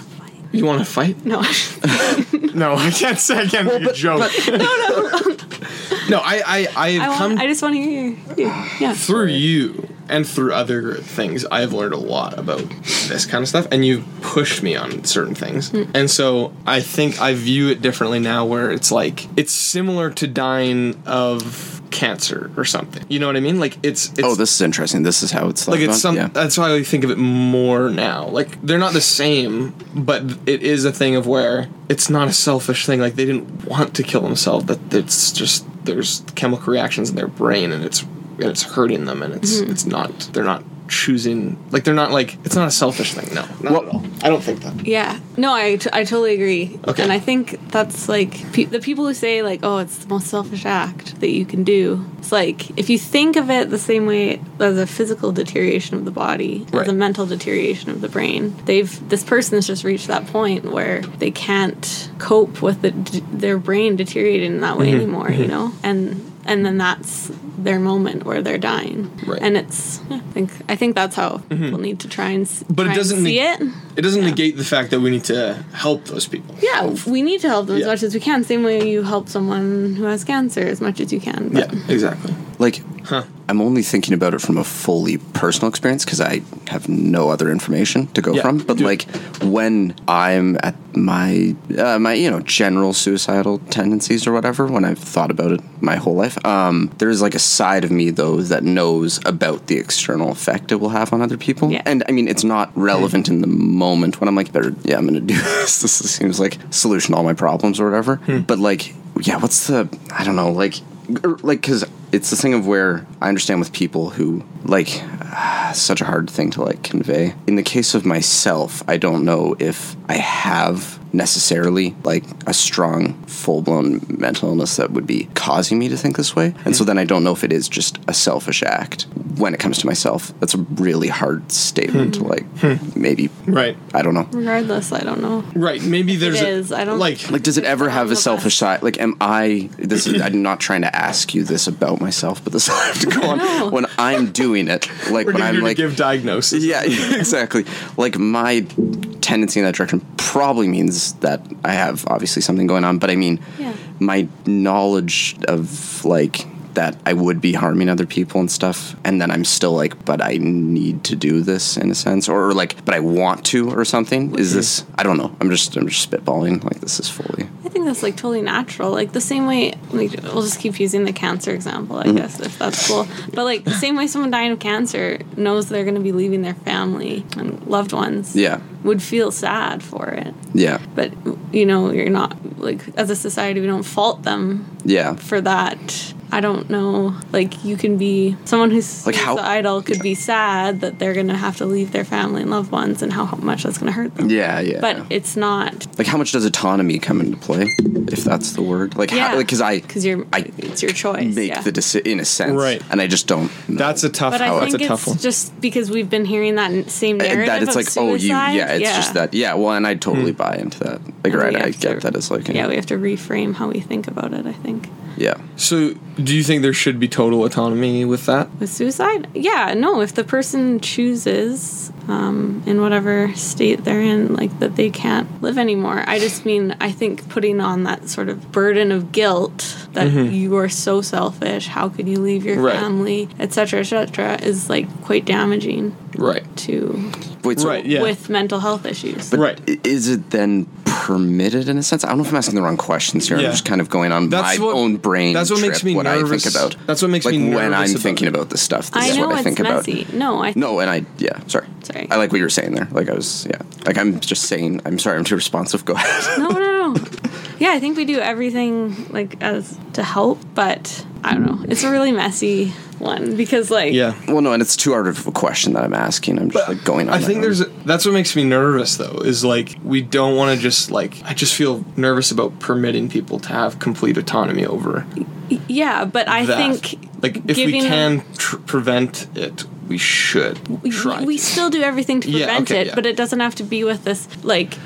S1: you want to fight.
S3: no, <laughs>
S1: No, <laughs> I can't say I can't make a joke. <laughs> no, no. no, I I I've
S3: I
S1: come
S3: want, I just want to hear you. Yeah.
S1: through you and through other things, I've learned a lot about this kind of stuff, and you've pushed me on certain things.
S3: Hmm.
S1: And so I think I view it differently now, where it's like it's similar to dying of cancer or something. You know what I mean? Like it's, it's
S2: Oh, this is interesting. This is how it's
S1: like it's some.
S2: Yeah.
S1: That's why I think of it more now. Like they're not the same, but it is a thing of where it's not a selfish thing. Like they didn't want to kill themselves, but it's just there's chemical reactions in their brain, and it's and it's hurting them, and it's
S3: Mm-hmm.
S1: it's not. They're not choosing. Like they're not like it's not a selfish thing. No, not
S2: Well-
S1: at all. I don't think that.
S3: Yeah, No, I, t- I totally agree.
S1: Okay.
S3: And I think that's like pe- the people who say, like, oh, it's the most selfish act that you can do. It's like, if you think of it the same way as a physical deterioration of the body,
S1: Right.
S3: as a mental deterioration of the brain, they've, this person's just reached that point where they can't cope with the, d- their brain deteriorating in that way
S1: Mm-hmm.
S3: anymore, you know? And, and then that's their moment where they're dying,
S1: Right. Mm-hmm.
S3: and it's yeah, I think I think that's how people need to try and s-
S1: But it
S3: try and
S1: doesn't
S3: see
S1: neg-
S3: it.
S1: It doesn't negate the fact that we need to help those people.
S3: Yeah, we need to help them
S1: Yeah.
S3: as much as we can. Same way you help someone who has cancer as much as you can.
S1: Yeah,
S3: But
S1: exactly.
S2: Like,
S1: Huh.
S2: I'm only thinking about it from a fully personal experience because I have no other information to go
S1: Yeah,
S2: from. But
S1: dude.
S2: like, when I'm at my uh, my you know general suicidal tendencies or whatever, when I've thought about it my whole life, um, there is like a side of me though that knows about the external effect it will have on other people.
S3: Yeah.
S2: And I mean, it's not relevant in the moment when I'm like, better, yeah, I'm gonna do <laughs> this. This seems like solution to all my problems or whatever. But like, yeah, what's the? I don't know, like, er, like because it's the thing of where I understand with people who like such a hard thing to like convey. In the case of myself, I don't know if I have necessarily like a strong full-blown mental illness that would be causing me to think this way. And
S1: Mm-hmm.
S2: so then I don't know if it is just a selfish act when it comes to myself. That's a really hard statement to like maybe
S1: Hmm. Right.
S2: I don't know.
S3: regardless, I don't know.
S1: Right. Maybe there's a-
S3: is. I don't-
S1: like.
S2: Like does it ever have a
S3: Okay.
S2: selfish side? Like am I this is, I'm not trying to ask you this about myself, but this I have to go on
S3: No.
S2: when I'm doing
S1: <laughs>
S2: it. Like
S1: we're
S2: when
S1: not
S2: I'm
S1: here
S2: like
S1: to give diagnosis.
S2: Yeah, <laughs> exactly. Like my tendency in that direction probably means that I have obviously something going on, but I mean,
S3: Yeah.
S2: my knowledge of like that I would be harming other people and stuff, and then I'm still like, but I need to do this in a sense, or, like, but I want to or something. Is this? I don't know. I'm just I'm just spitballing. Like this is fully
S3: I think that's like totally natural. Like the same way, like we'll just keep using the cancer example,
S1: Mm-hmm.
S3: I guess, if that's cool. But like the same way someone dying of cancer knows they're going to be leaving their family and loved ones.
S2: yeah
S3: Would feel sad for it.
S2: yeah
S3: But, you know, you're not, like, as a society, we don't fault them
S2: yeah.
S3: for that. I don't know. Like you can be someone who's
S2: Like
S3: like
S2: how-
S3: idol could be sad that they're gonna have to leave their family and loved ones, and how much that's gonna hurt them.
S2: Yeah, yeah.
S3: But it's not
S2: like, how much does autonomy come into play, if that's the word? Like,
S3: Yeah.
S2: how, like, because I,
S3: because you're
S2: I
S3: it's your choice.
S2: make
S3: yeah.
S2: the decision in a sense,
S1: Right.
S2: And I just don't. know.
S1: That's a tough.
S3: but I
S1: oh,
S3: think
S1: that's a
S3: it's
S1: tough one.
S3: just because we've been hearing that n- same
S2: And
S3: narrative.
S2: that it's
S3: of
S2: like, oh, you,
S3: suicide,
S2: yeah, it's just that, yeah. Well, and I totally
S1: Hmm.
S2: buy into that. Like,
S3: And
S2: right,
S3: we
S2: I
S3: have
S2: get
S3: to-
S2: that as like, an,
S3: Yeah, we have to reframe how we think about it. I think.
S2: yeah,
S1: So, do you think there should be total autonomy with that?
S3: With suicide? Yeah, no. If the person chooses, um, in whatever state they're in, like that they can't live anymore. I just mean, I think putting on that sort of burden of guilt that
S2: Mm-hmm.
S3: you are so selfish. How could you leave your
S1: Right.
S3: family, etc., etc., is like quite damaging
S1: Right.
S3: to
S2: Wait, so
S1: Right, yeah.
S3: with mental health issues.
S1: right.
S2: i- Is it then permitted in a sense? I don't know if I'm asking the wrong questions here.
S1: Yeah.
S2: I'm just kind of going on
S1: That's
S2: my
S1: what-
S2: own brain.
S1: that's what
S2: trip,
S1: makes me
S2: what I
S1: nervous-
S2: think about.
S1: that's what makes
S2: like,
S1: me
S2: when
S1: nervous
S2: I'm
S1: about
S2: thinking
S1: it.
S2: about this stuff. This
S3: I
S2: is
S3: know
S2: what
S3: it's
S2: I think
S3: messy.
S2: about.
S3: No, I
S2: No, and I yeah, sorry.
S3: Sorry.
S2: I like what you were saying there. Like I was yeah. Like I'm just saying. I'm sorry. I'm too responsive. <laughs> Go ahead.
S3: no,
S2: <laughs>
S3: no, no. Yeah, I think we do everything like as to help, but I don't know. It's a really messy one because like
S1: Yeah.
S2: well, no, and it's too hard of a question that I'm asking. I'm just like going. on
S1: I
S2: my
S1: think
S2: own.
S1: there's that's what makes me nervous though is like we don't want to just like I just feel nervous about permitting people to have complete autonomy over
S3: yeah, but I
S1: that.
S3: think
S1: like if we
S3: giving
S1: can
S3: them-
S1: tr- prevent it we should
S3: we,
S1: try
S3: we
S1: to.
S3: still do everything to
S1: Yeah,
S3: prevent
S1: okay,
S3: it,
S1: yeah.
S3: but it doesn't have to be with this like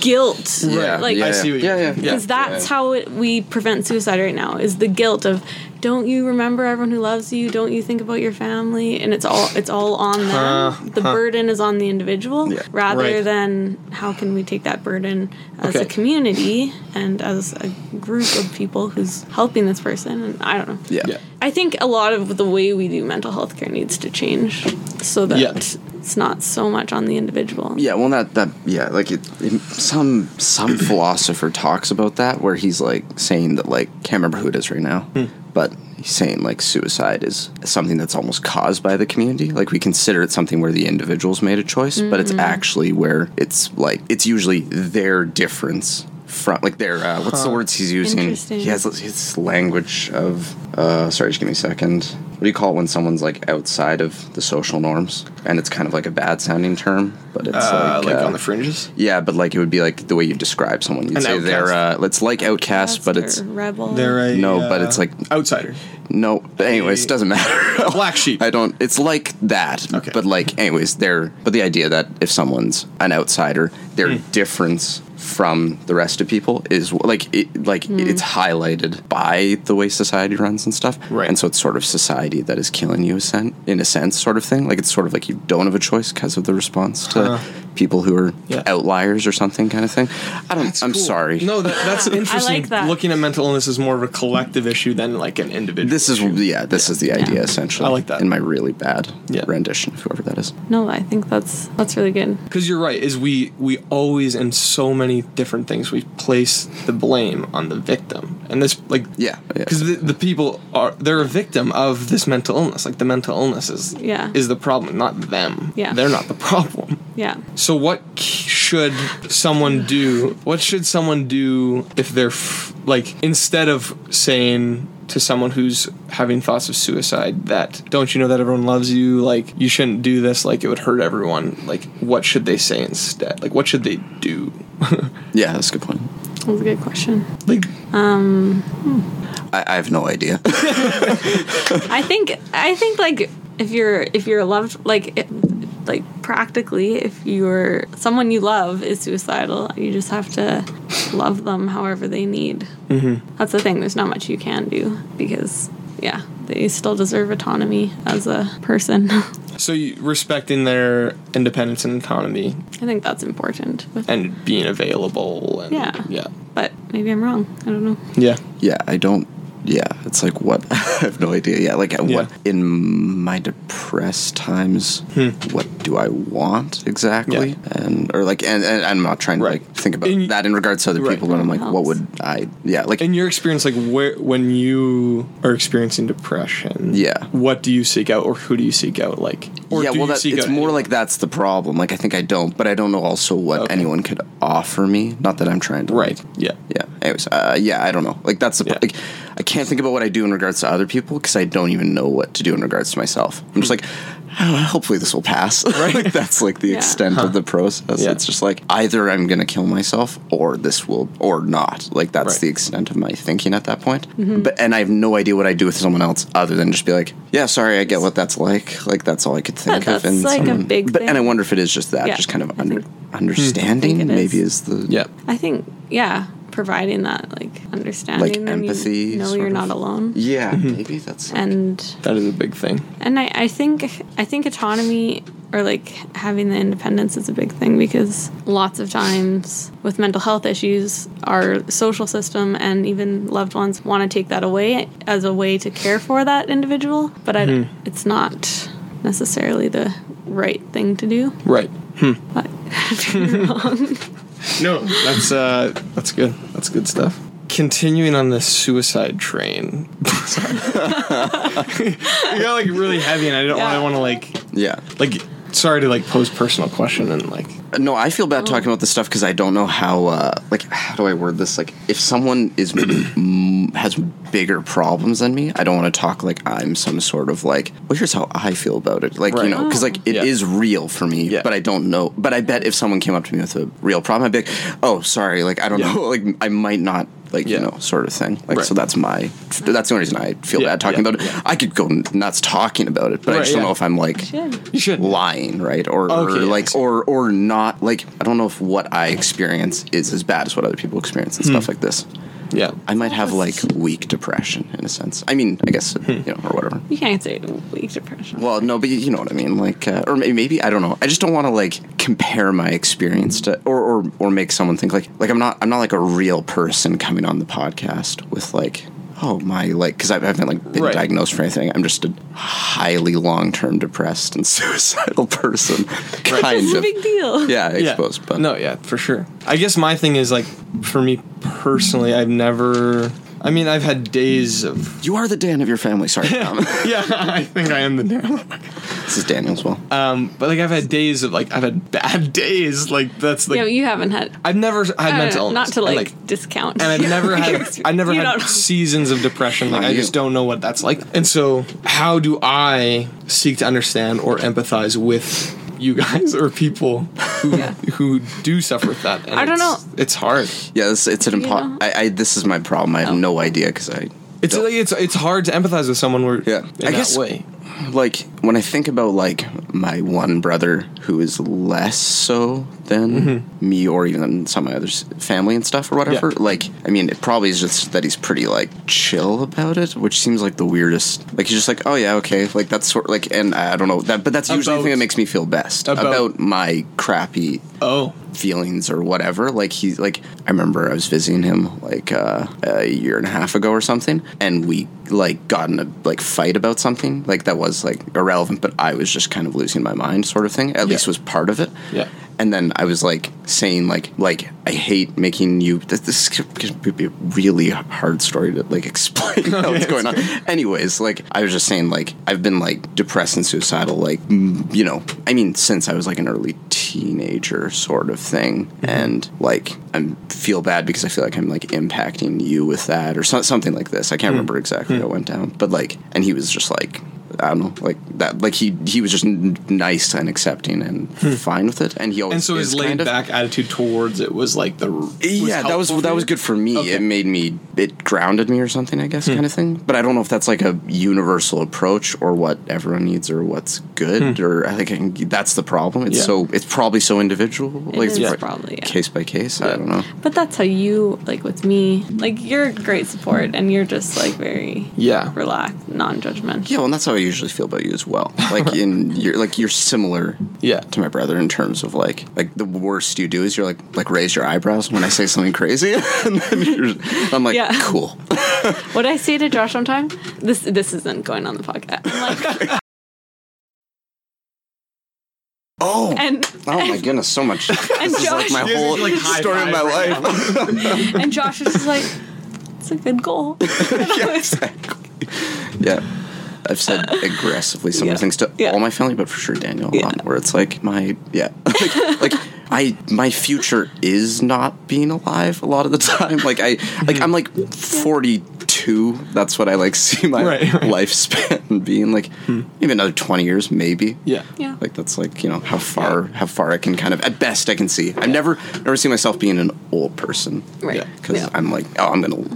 S3: guilt.
S2: Yeah,
S3: like
S2: yeah,
S1: I see what you
S2: yeah,
S1: mean.
S2: yeah.
S1: yeah.
S3: Because that's how it, we prevent suicide right now is the guilt of don't you remember everyone who loves you? Don't you think about your family? And it's all it's all on them.
S1: Huh,
S3: the
S1: Uh, huh.
S3: burden is on the individual
S2: Yeah.
S3: rather
S1: Right.
S3: than how can we take that burden as
S1: Okay.
S3: a community and as a group of people who's helping this person. And I don't know.
S2: yeah.
S1: yeah.
S3: I think a lot of the way we do mental health care needs to change so that
S1: Yeah.
S3: it's not so much on the individual.
S2: Yeah, well, that that yeah, like it, it- some
S1: <clears throat>
S2: some philosopher talks about that where he's like saying that like can't remember who it is right now,
S1: Hmm.
S2: but he's saying like suicide is something that's almost caused by the community. Like we consider it something where the individual's made a choice, but it's actually where it's like it's usually their difference from like their uh, what's the words he's using?
S3: Interesting.
S2: He has his language of uh, sorry, just give me a second. What do you call it when someone's like outside of the social norms? And it's kind of like a bad sounding term, but it's
S1: uh,
S2: like,
S1: like
S2: uh,
S1: on the fringes.
S2: yeah, but like it would be like the way you describe someone. You'd
S1: An
S2: say they're uh,
S1: outcast.
S2: it's like outcast, but it's
S3: Master, rebel.
S1: They're a,
S2: No, but
S1: uh,
S2: it's like-
S1: outsider,
S2: no. But anyways, it doesn't matter. <laughs>
S1: black sheep.
S2: I don't. It's like that.
S1: Okay.
S2: But like, anyways, they're. But the idea that if someone's an outsider, their
S1: Hmm.
S2: difference from the rest of people is like, it, like it's highlighted by the way society runs and stuff.
S1: Right.
S2: And so it's sort of society that is killing you, a sen- in a sense, sort of thing. Like it's sort of like you don't have a choice because of the response to
S1: Huh.
S2: people who are
S1: Yeah.
S2: outliers or something, kind of thing. I don't. I'm
S1: Cool.
S2: sorry.
S1: No, that,
S3: <laughs>
S1: that's interesting.
S3: like that.
S1: Looking at mental illness is more of a collective issue than like an individual.
S2: This is yeah. This is the idea essentially.
S1: I like that.
S2: in my really bad
S1: Yeah.
S2: rendition of whoever that is.
S3: no, I think that's that's really good.
S1: because you're right. Is we we always in so many different things we place the blame on the victim, and this like
S2: Yeah, yeah.
S1: because the, the people are they're a victim of this mental illness. Like the mental illness is
S3: Yeah.
S1: is the problem, not them.
S3: Yeah.
S1: they're not the <laughs> problem.
S3: Yeah.
S1: So what k- should someone do? What should someone do if they're f- like instead of saying to someone who's having thoughts of suicide that don't you know that everyone loves you like you shouldn't do this like it would hurt everyone like what should they say instead like what should they do
S2: Yeah, that's a good point.
S3: That was a good question.
S1: like
S2: I, I have no idea. <laughs>
S3: I think I think like if you're if you're loved like it, like practically if you're someone you love is suicidal, you just have to love them however they need. Mm-hmm. That's the thing. There's not much you can do because yeah, they still deserve autonomy as a person. <laughs> I
S1: so you, respecting their independence and autonomy
S3: think that's important. But,
S1: and being available and
S3: Yeah.
S1: yeah
S3: but maybe I'm wrong. I don't know.
S1: yeah
S2: yeah, I don't. Yeah, it's like what? <laughs> I have no idea. Yeah, like at what in my depressed times, what do I want exactly?
S1: Hmm. Yeah.
S2: And or like, and, and I'm not trying to
S1: Right.
S2: like think about
S1: In-
S2: that in regards to other
S1: Right.
S2: people, but I'm like, what
S3: Helps.
S2: would I? Yeah, like
S1: in your experience like where when you are experiencing depression
S2: Yeah.
S1: what do you seek out or who do you seek out like or
S2: yeah,
S1: do
S2: well,
S1: you
S2: that,
S1: seek
S2: it's
S1: out
S2: more like that's the problem. Like I think I don't, but I don't know also what
S1: Okay.
S2: anyone could offer me. Not that I'm trying to
S1: right
S2: like,
S1: yeah
S2: yeah anyways uh, yeah i don't know like that's the
S1: Yeah.
S2: like i can't think about what i do in regards to other people because i don't even know what to do in regards to myself i'm just like "Ah, hopefully this will pass <laughs> right like, that's like the
S3: Yeah.
S2: extent of the process
S1: Yeah.
S2: it's just like either i'm gonna kill myself or this will or not like that's
S1: Right.
S2: the extent of my thinking at that point
S3: Mm-hmm.
S2: but and i have no idea what i do with someone else other than just be like yeah sorry i get what that's like like that's all i could think
S3: that's
S2: of and
S3: like a
S2: someone-
S3: big
S2: but
S3: thing.
S2: and i wonder if it is just that
S3: Yeah,
S2: just kind of
S3: I
S2: under
S3: think-
S2: understanding
S3: it
S2: maybe
S3: is.
S2: is the
S1: yeah
S3: I think yeah, providing that like understanding
S2: Like
S3: them, you
S2: empathy,
S3: know
S2: sort
S3: you're
S2: of.
S3: not alone.
S2: yeah
S1: Mm-hmm.
S2: maybe that's
S3: <laughs>
S2: like-
S3: And
S1: that is a big thing
S3: And I, I think I think autonomy or like having the independence is a big thing because lots of times with mental health issues, our social system and even loved ones want to take that away as a way to care for that individual. But I, it's not necessarily the right thing to do.
S1: right Hmm.
S3: <laughs> But if you're wrong,
S1: <laughs> no that's uh that's good that's good stuff continuing on the suicide train <laughs> sorry you got like really heavy and i don't
S3: Yeah.
S1: want to like
S2: yeah
S1: like sorry to like pose personal question and like
S2: No, I feel bad talking about this stuff because I don't know how. Uh, like, how do I word this? Like, if someone is m- has bigger problems than me, I don't want to talk like I'm some sort of like. Well, here's how I feel about it. Like,
S1: Right.
S2: you know, because like it is
S1: Yeah.
S2: real for me,
S1: Yeah.
S2: but I don't know. But I bet if someone came up to me with a real problem, I'd be like, "Oh, sorry. Like, I don't
S1: Yeah.
S2: know. <laughs> Like, I might not." Like
S1: Yeah.
S2: you know, sort of thing. Like
S1: Right.
S2: so, that's my. That's the only reason I feel
S1: Yeah,
S2: bad talking
S1: yeah,
S2: about it. I could go nuts talking about it, but I
S1: Right,
S2: just don't
S1: yeah.
S2: know if I'm like
S1: you should
S2: lying, right? Or,
S1: Okay,
S2: or
S1: yeah, I
S2: like
S1: see.
S2: or or not like I don't know if what I experience is as bad as what other people experience
S1: Hmm.
S2: and stuff like this.
S1: yeah
S2: I might have like weak depression in a sense. I mean, I guess
S1: Hmm.
S2: you know or whatever.
S3: you can't say weak depression.
S2: Well, no, but you- you know what I mean. Like, uh, or may- maybe I don't know. I just don't want to like compare my experience to, or, or or make someone think like like I'm not I'm not like a real person coming on the podcast with like oh my like because I haven't like been
S1: Right.
S2: diagnosed for anything. I'm just a highly long term depressed and <laughs> suicidal person, kind
S3: It's a
S2: of.
S3: big deal.
S2: Yeah, I
S1: yeah.
S2: suppose, but
S1: no yeah for sure i guess my thing is like for me personally i've never I mean, I've had days of. <laughs>
S2: You are the Dan of your family. Sorry, Tom.
S1: Yeah, I think I am the narrow.
S2: this is Daniel's well.
S1: Um, but like I've had days of like I've had bad days. Like that's like
S3: yeah, you haven't had.
S1: I've never had
S3: I
S1: mental
S3: don't know,
S1: illness.
S3: not to like,
S1: and,
S3: discount.
S1: and
S3: <laughs>
S1: I've never had I never
S3: You
S1: had
S3: don't-
S1: seasons of depression. Like I
S2: you.
S1: just don't know what that's like. And so, how do I seek to understand or empathize with you guys or people who who do suffer with that? And
S3: I don't
S1: it's-
S3: know.
S1: It's hard.
S2: Yeah, this, it's an
S3: know? Oh.
S2: impo- I, I This is my problem. I have no idea because I.
S1: It's
S2: don't-
S1: like it's it's hard to empathize with someone where
S2: Yeah.
S1: in
S2: I
S1: that
S2: guess-
S1: way.
S2: like when I think about like my one brother who is less so than me or even some other s- family and stuff or whatever.
S1: Mm-hmm. Yeah.
S2: Like, I mean, it probably is just that he's pretty like chill about it, which seems like the weirdest. Like he's just like, oh yeah, okay, like that's sort like, and I I don't know that, but that's usually the
S1: About-
S2: thing that makes me feel best
S1: About-
S2: about, my crappy
S1: Oh,
S2: feelings or whatever. Like he's like I remember I was visiting him like uh, a year and a half ago or something, and we like got in a like fight about something like that was like irrelevant, but I was just kind of losing my mind, sort of thing. At least was part of it.
S1: Yeah.
S2: And then I was like saying like like I hate making you. This, this could be a really hard story to like <laughs> explain how
S1: Okay,
S2: what's going on.
S1: it's
S2: <laughs> Anyways, like I was just saying, like I've been like depressed and suicidal, like m- you know, I mean, since I was like an early teenager sort of thing,
S1: Mm-hmm.
S2: and like I feel bad because I feel like I'm like impacting you with that or so- something like this. I
S1: Mm-hmm.
S2: can't remember exactly how it went down, but like, and he was just like. I don't know, like that. Like he, he was just n- nice and accepting and fine with it, and he always
S1: Hmm. and so his
S2: is kind
S1: laid
S2: of-
S1: back attitude towards it was like the was
S2: yeah, that was
S1: helpful
S2: that
S1: for
S2: was
S1: you?
S2: good for me.
S1: Okay. Hmm.
S2: It made me it grounded me or something, I guess, kind of thing. But I don't know if that's like a universal approach or what everyone needs or what's good or I think I can, that's the problem. It's
S1: Hmm. Yeah.
S2: so it's probably so individual,
S3: It
S2: like
S3: is
S2: it's pro-
S3: probably, yeah.
S2: case by case. I don't know.
S3: But that's how you like with me. Like you're a great support, and you're just like very
S1: Yeah.
S3: relaxed, non-judgmental.
S2: Yeah, well, and that's how I usually feel about you as
S1: <laughs>
S2: well. Like in you're like you're similar
S1: Yeah.
S2: to my brother in terms of like like the worst you do is you're like like raise your eyebrows when I say something crazy, <laughs> and then you're, I'm like
S3: Yeah.
S2: cool.
S3: What I say to Josh sometimes. This this isn't going on the podcast.
S1: <laughs>
S3: I'm like,
S2: Oh.
S1: <laughs>
S3: and
S2: Oh my goodness, so much.
S3: and
S2: This is like
S3: Josh
S2: my
S1: Gives me,
S2: whole
S1: like, high
S2: story of
S1: five
S2: my
S1: right
S2: life.
S3: and Josh is just like, it's a good
S1: <laughs>
S3: goal. And I was-
S2: <laughs> Yeah. I've said aggressively similar
S3: Yeah.
S2: things to
S3: Yeah.
S2: all my family, but for sure Daniel a
S3: Yeah.
S2: lot, where it's like my yeah. <laughs> like, like I my future is not being alive a lot of the time. <laughs> Like I like I'm like forty two. That's what I like <laughs> see my
S1: Right, right.
S2: lifespan <laughs> being like maybe another twenty years, maybe.
S1: Yeah.
S3: yeah.
S2: Like that's like you know how far how far I can kind of at best I can see. I've never never seen myself being an old person.
S3: Right.
S1: Yeah,
S2: because
S3: Yeah.
S2: I'm like, oh, I'm gonna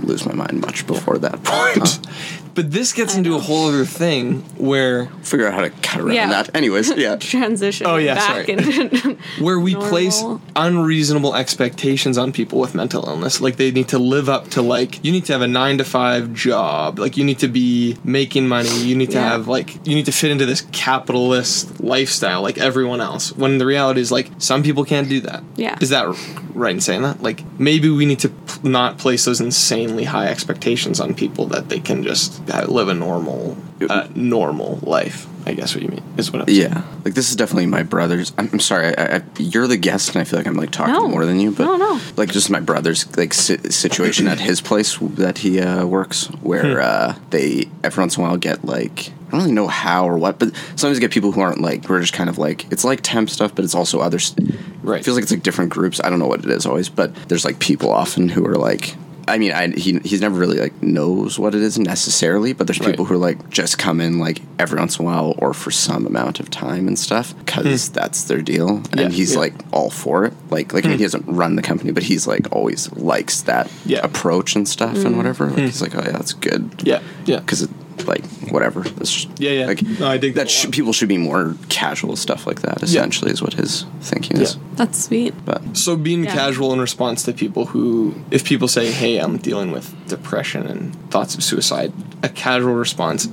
S2: lose my mind much before that point.
S3: Uh-huh.
S1: But this gets
S3: I
S1: into
S3: know.
S1: a whole other thing where
S2: <laughs> Figure out how to cut around
S3: Yeah.
S2: that. Anyways,
S3: <laughs>
S2: yeah,
S3: transition
S1: Oh, yeah,
S3: back
S1: sorry.
S3: into <laughs>
S1: where we place
S3: Normal.
S1: unreasonable expectations on people with mental illness like they need to live up to like you need to have a 9 to 5 job like you need to be making money you need to
S3: Yeah.
S1: have like you need to fit into this capitalist lifestyle like everyone else when the reality is like some people can't do that
S3: Yeah.
S1: is that r- right in saying that like maybe we need to p- not place those insanely high expectations on people that they can just uh, live a normal uh, normal life i guess what you mean is what i'm saying.
S2: yeah. Like this is definitely my brother's. I'm, I'm sorry, I, I, you're the guest, and I feel like I'm like talking
S3: No.
S2: more than you, but
S3: No, no.
S2: like just my brother's like si- situation at his place that he uh, works, where uh, they every once in a while get like. I don't really know how or what, but sometimes you get people who aren't like we're just kind of like it's like temp stuff, but it's also other. St-
S1: Right.
S2: feels like it's like different groups. I don't know what it is always, but there's like people often who are like. I mean, I, he he's never really like knows what it is necessarily, but there's people
S1: Right.
S2: who are like just come in like every once in a while or for some amount of time and stuff because that's their deal, and
S1: Hmm. Yeah,
S2: he's
S1: yeah. Hmm.
S2: like all for it. Like like I mean, he doesn't run the company, but he's like always likes that
S1: Yeah. Hmm.
S2: approach and stuff and whatever. Like he's like, oh yeah, that's good.
S1: yeah yeah
S2: because it like whatever. It's just-
S1: Yeah, yeah.
S2: Like
S1: No, I dig that
S2: that.
S1: a
S2: Sh-
S1: lot.
S2: people should be more casual stuff like that. Essentially, is what his thinking is.
S1: Yeah.
S3: That's sweet.
S2: But
S1: So being
S3: Yeah.
S1: casual in response to people who, if people say, "Hey, I'm dealing with depression and thoughts of suicide," a casual response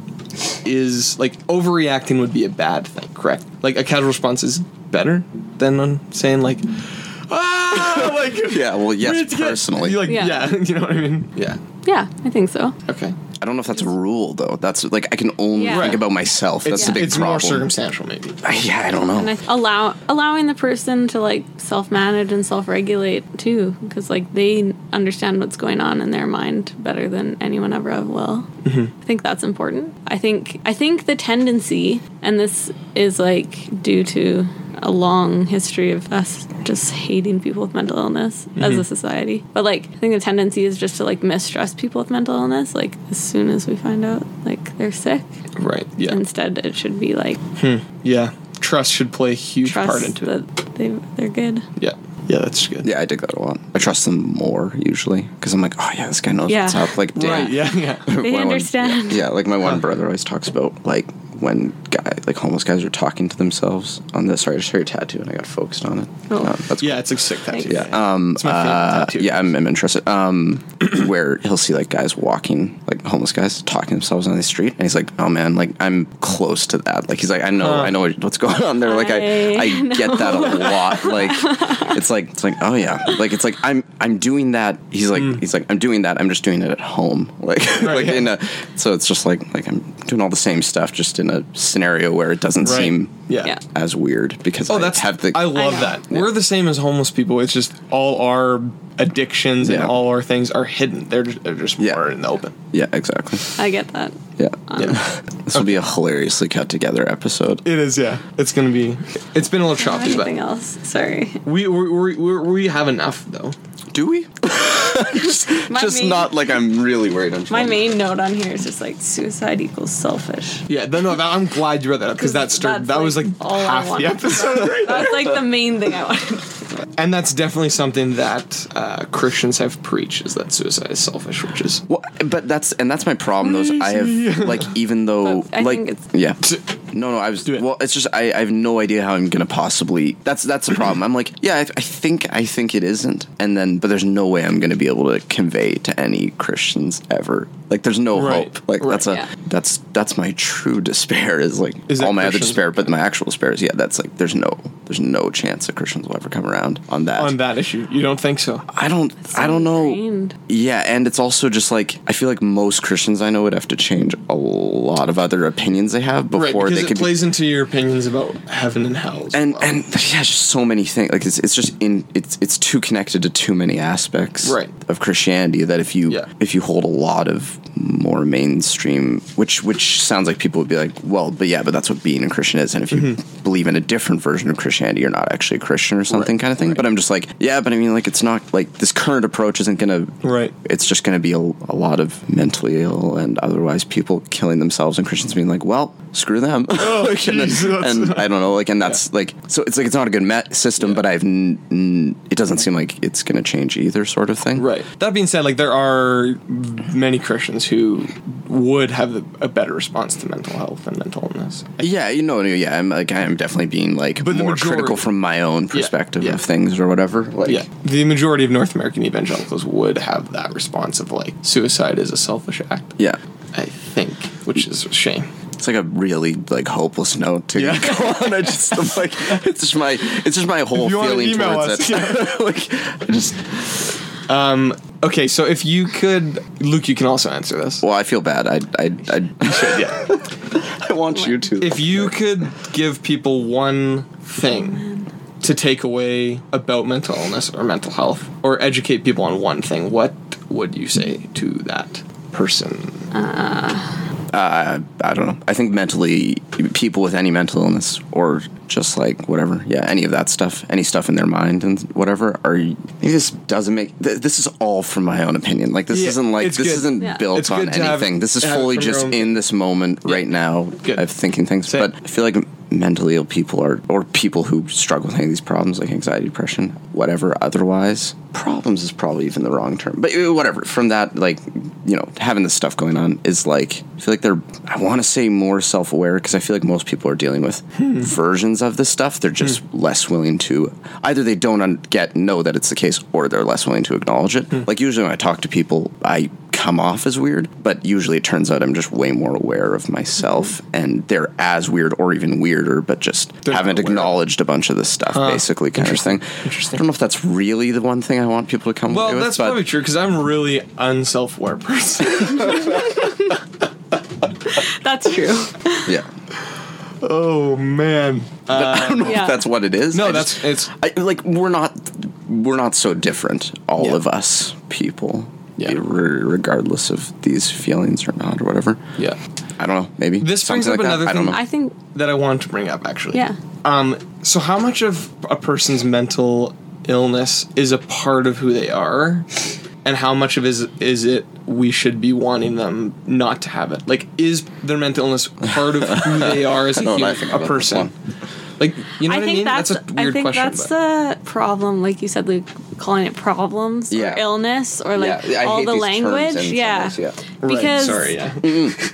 S1: is like overreacting would be a bad thing, correct? Like a casual response is better than un- saying like, "Ah, like
S2: Yeah, well, yes,
S1: it's good."
S2: personally.
S1: You like, yeah. <laughs>
S3: Yeah.
S1: you know what I mean? Yeah.
S3: Yeah, I think so.
S1: Okay.
S2: I don't know if that's a rule though. That's like I can only
S3: Yeah.
S2: think
S3: Right.
S2: about myself. That's
S1: it's,
S2: the big
S1: it's
S2: problem.
S1: more circumstantial, maybe.
S2: yeah, I don't know.
S3: And I allow allowing the person to like self manage and self regulate too, because like they understand what's going on in their mind better than anyone ever will. I think that's important. I think I think the tendency, and this is like due to a long history of us just hating people with mental illness as a society. But like I think the tendency is just to like mistrust people with mental illness like as soon as we find out like they're sick.
S1: Right. Yeah.
S3: Instead it should be like
S1: yeah. Trust should play a huge part
S3: trust
S1: into it.
S3: that they they're good.
S1: Yeah. Yeah, that's good.
S2: yeah, I dig that a lot. I trust them more usually because I'm like, oh yeah, this guy knows
S3: Yeah.
S2: what's up. Like, damn.
S1: Right.
S2: <laughs>
S1: Yeah. Yeah.
S3: They
S2: My one-
S3: understand.
S2: yeah, like my one brother always talks about like when guy like homeless guys are talking to themselves on the sorry, I just heard a tattoo and I got focused on it.
S3: Oh.
S2: Um, that's
S1: yeah. It's a sick tattoo.
S3: Yeah.
S2: Um,
S1: It's my favorite
S2: uh,
S1: tattoo.
S2: Yeah, I'm, I'm interested. Um, <clears throat> where he'll see like guys walking, like homeless guys talking to themselves on the street, and he's like, "Oh man, like I'm close to that." Like he's like, "I know,
S1: Huh.
S2: I know what's going on there." Like I,
S3: I
S2: I get that a lot.
S1: <laughs>
S2: Like it's like it's like oh yeah, like it's like I'm I'm doing that. He's like he's like I'm doing that. I'm just doing it at home, <laughs> like
S1: Mm.
S2: like
S1: yeah.
S2: in a. So it's just like like I'm doing all the same stuff, just in a scenario where it doesn't
S1: Right.
S2: seem
S1: Yeah.
S3: Yeah.
S2: as weird because
S1: Oh,
S2: I
S1: that's
S2: have the
S1: I love
S3: know.
S1: that.
S2: Yeah.
S1: We're the same as homeless people. It's just all our addictions
S2: Yeah.
S1: and all our things are hidden. They're just, they're just
S2: Yeah.
S1: more in the open.
S2: yeah exactly
S3: I get that.
S2: yeah. <laughs>
S1: Yeah.
S2: This will be a hilariously cut together episode.
S1: It is, yeah. It's gonna be. It's been a little choppy, but
S3: Anything else? Sorry.
S1: we we, we we we have enough though.
S2: Do
S3: <laughs>
S2: we? just
S3: My
S2: just
S3: main-
S2: not like I'm really worried. I'm
S3: My main note on here is just like suicide equals selfish.
S1: Yeah, no, no. That, I'm glad you read that up because that
S3: 'Cause
S1: started.
S3: that's,
S1: That was like
S3: like, all I
S1: half the
S3: wanted.
S1: episode, right?
S3: <laughs> That's like the main thing I wanted. <laughs>
S1: and that's definitely something that uh, Christians have preached is that suicide is selfish, which is
S2: Well, but that's and that's my problem. Those I
S1: <laughs>
S2: have like even though
S3: But I
S2: like
S3: think it's-
S2: yeah. No, no. I was
S1: Do it.
S2: well. It's just I, I have no idea how I'm gonna possibly. That's that's the problem. I'm like yeah. I, I think I think it isn't. And then but there's no way I'm gonna be able to convey to any Christians ever. Like there's no
S1: Right.
S2: hope. Like
S1: Right.
S2: that's a
S3: Yeah.
S2: that's that's my true despair. Is like
S1: Is that
S2: all my other
S1: Christians-
S2: despair, but my actual despair is yeah. That's like there's no there's no chance that Christians will ever come around on that.
S1: on that issue. You don't think so?
S2: I don't. I don't know.
S3: ingrained.
S2: Yeah, and it's also just like I feel like most Christians I know would have to change a lot of other opinions they have
S1: Right,
S2: before
S1: because
S2: they
S1: it
S2: could. be-
S1: plays into your opinions about heaven and hell. as
S2: and
S1: well.
S2: and yeah, just so many things. Like it's it's just in it's it's too connected to too many aspects
S1: Right.
S2: of Christianity that if you
S1: Yeah.
S2: if you hold a lot of more mainstream, which which sounds like people would be like, well, but yeah, but that's what being a Christian is, and if you believe in a different version of Christianity, you're not actually a Christian or something
S1: Mm-hmm. Right,
S2: kind of thing. But I'm just like, yeah, but I mean, like it's not like this current approach isn't gonna <laughs>
S1: Right.
S2: it's just going to be a, a lot of mentally ill and otherwise people killing themselves and Christians being like, well, screw
S1: <laughs>
S2: them. Like, and, then-
S1: jeez, Oh, that's-
S2: <laughs> and I don't know, like, and that's like, so it's like it's not a good met system, but I've, n- n- it doesn't seem like it's going to change either, sort of thing.
S1: Right. That being said, like there are many Christians who would have a better response to mental health and mental illness.
S2: Yeah, you know, yeah, I'm like, I'm definitely being like
S1: But the
S2: more
S1: majority-
S2: critical from my own perspective
S1: yeah.
S2: of things or whatever. Like,
S1: Yeah, the majority of North American evangelicals would have that response of like suicide is a selfish act.
S2: yeah.
S1: I think, which is a shame.
S2: It's like a really like hopeless note to
S1: Yeah.
S2: <laughs> go on. I just I'm like it's just my it's just my whole
S1: If you wanna
S2: feeling
S1: email
S2: towards
S1: us,
S2: it. <laughs> like I just
S1: Okay, so if you could, Luke, you can also answer this.
S2: Well, I feel bad. I I <laughs> I,
S1: <laughs> Yeah.
S2: I want you to.
S1: If you could give people one thing to take away about mental illness or mental health, or educate people on one thing, what would you say to that person?
S2: I don't know. I think mentally, people with any mental illness or just like whatever, yeah, any of that stuff, any stuff in their mind and whatever, are you, this doesn't make. Th- this is all from my own opinion. Like this
S1: Yeah,
S2: isn't like
S1: it's
S2: this
S1: good.
S2: isn't
S3: Yeah.
S2: built
S1: It's
S2: on
S1: good to have-
S2: anything. this is
S1: have it
S2: fully
S1: from your
S2: just
S1: own-
S2: in this moment right now.
S1: Good.
S2: I'm thinking things,
S1: Same.
S2: but I feel like mentally ill people are or people who struggle with any of these problems like anxiety, depression, whatever. Otherwise, problems is probably even the wrong term, but uh, whatever. From that, like you know, having this stuff going on is like I feel like they're I want to say more self aware because I feel like most people are dealing with versions of this stuff. They're just less willing to either they don't un- get know that it's the case or they're less willing to acknowledge it. Like usually when I talk to people, I come off as weird, but usually it turns out I'm just way more aware of myself and they're as weird or even weirder, but just
S1: Mm-hmm. They're not
S2: haven't
S1: aware.
S2: acknowledged a bunch of this stuff, basically, kind of thing. Interesting. I don't know if that's really the one thing I want people to come
S1: Well,
S2: with,
S1: that's
S2: but
S1: probably true because I'm really unself-aware person.
S3: That's true.
S2: yeah.
S1: oh <laughs> man,
S2: I don't know
S3: <laughs> Yeah.
S2: if that's what it is.
S1: no,
S2: I
S1: that's
S2: just-
S1: it's
S2: I, like we're not we're not so different all
S1: Yeah.
S2: of us people e-,
S1: Yeah.
S2: re- regardless of these feelings or not or whatever
S1: yeah.
S2: i don't know maybe
S1: This brings
S2: something
S1: up
S2: like that.
S1: another
S2: i don't
S1: thing
S2: know
S3: I think
S1: That I want to bring up actually.
S3: yeah.
S1: Um. So how much of a person's mental illness is a part of who they are, and how much of is is it we should be wanting them not to have it? Like, is their mental illness part of who
S2: <laughs>
S1: they are as a,
S2: know what I
S1: human,
S2: think
S1: a
S2: about this
S1: person?
S2: one.
S1: Like, you know
S3: I
S1: what I
S3: think
S1: mean?
S3: that's,
S1: a weird
S3: I think
S1: question.
S3: that's
S1: but-
S3: the problem, like you said, Luke, calling it problems
S2: Yeah.
S3: or illness or like
S2: Yeah, I
S3: all
S2: hate
S3: the
S2: these terms
S3: language.
S2: and
S3: yeah.
S2: terms, yeah.
S1: Right,
S3: Because
S1: sorry, yeah.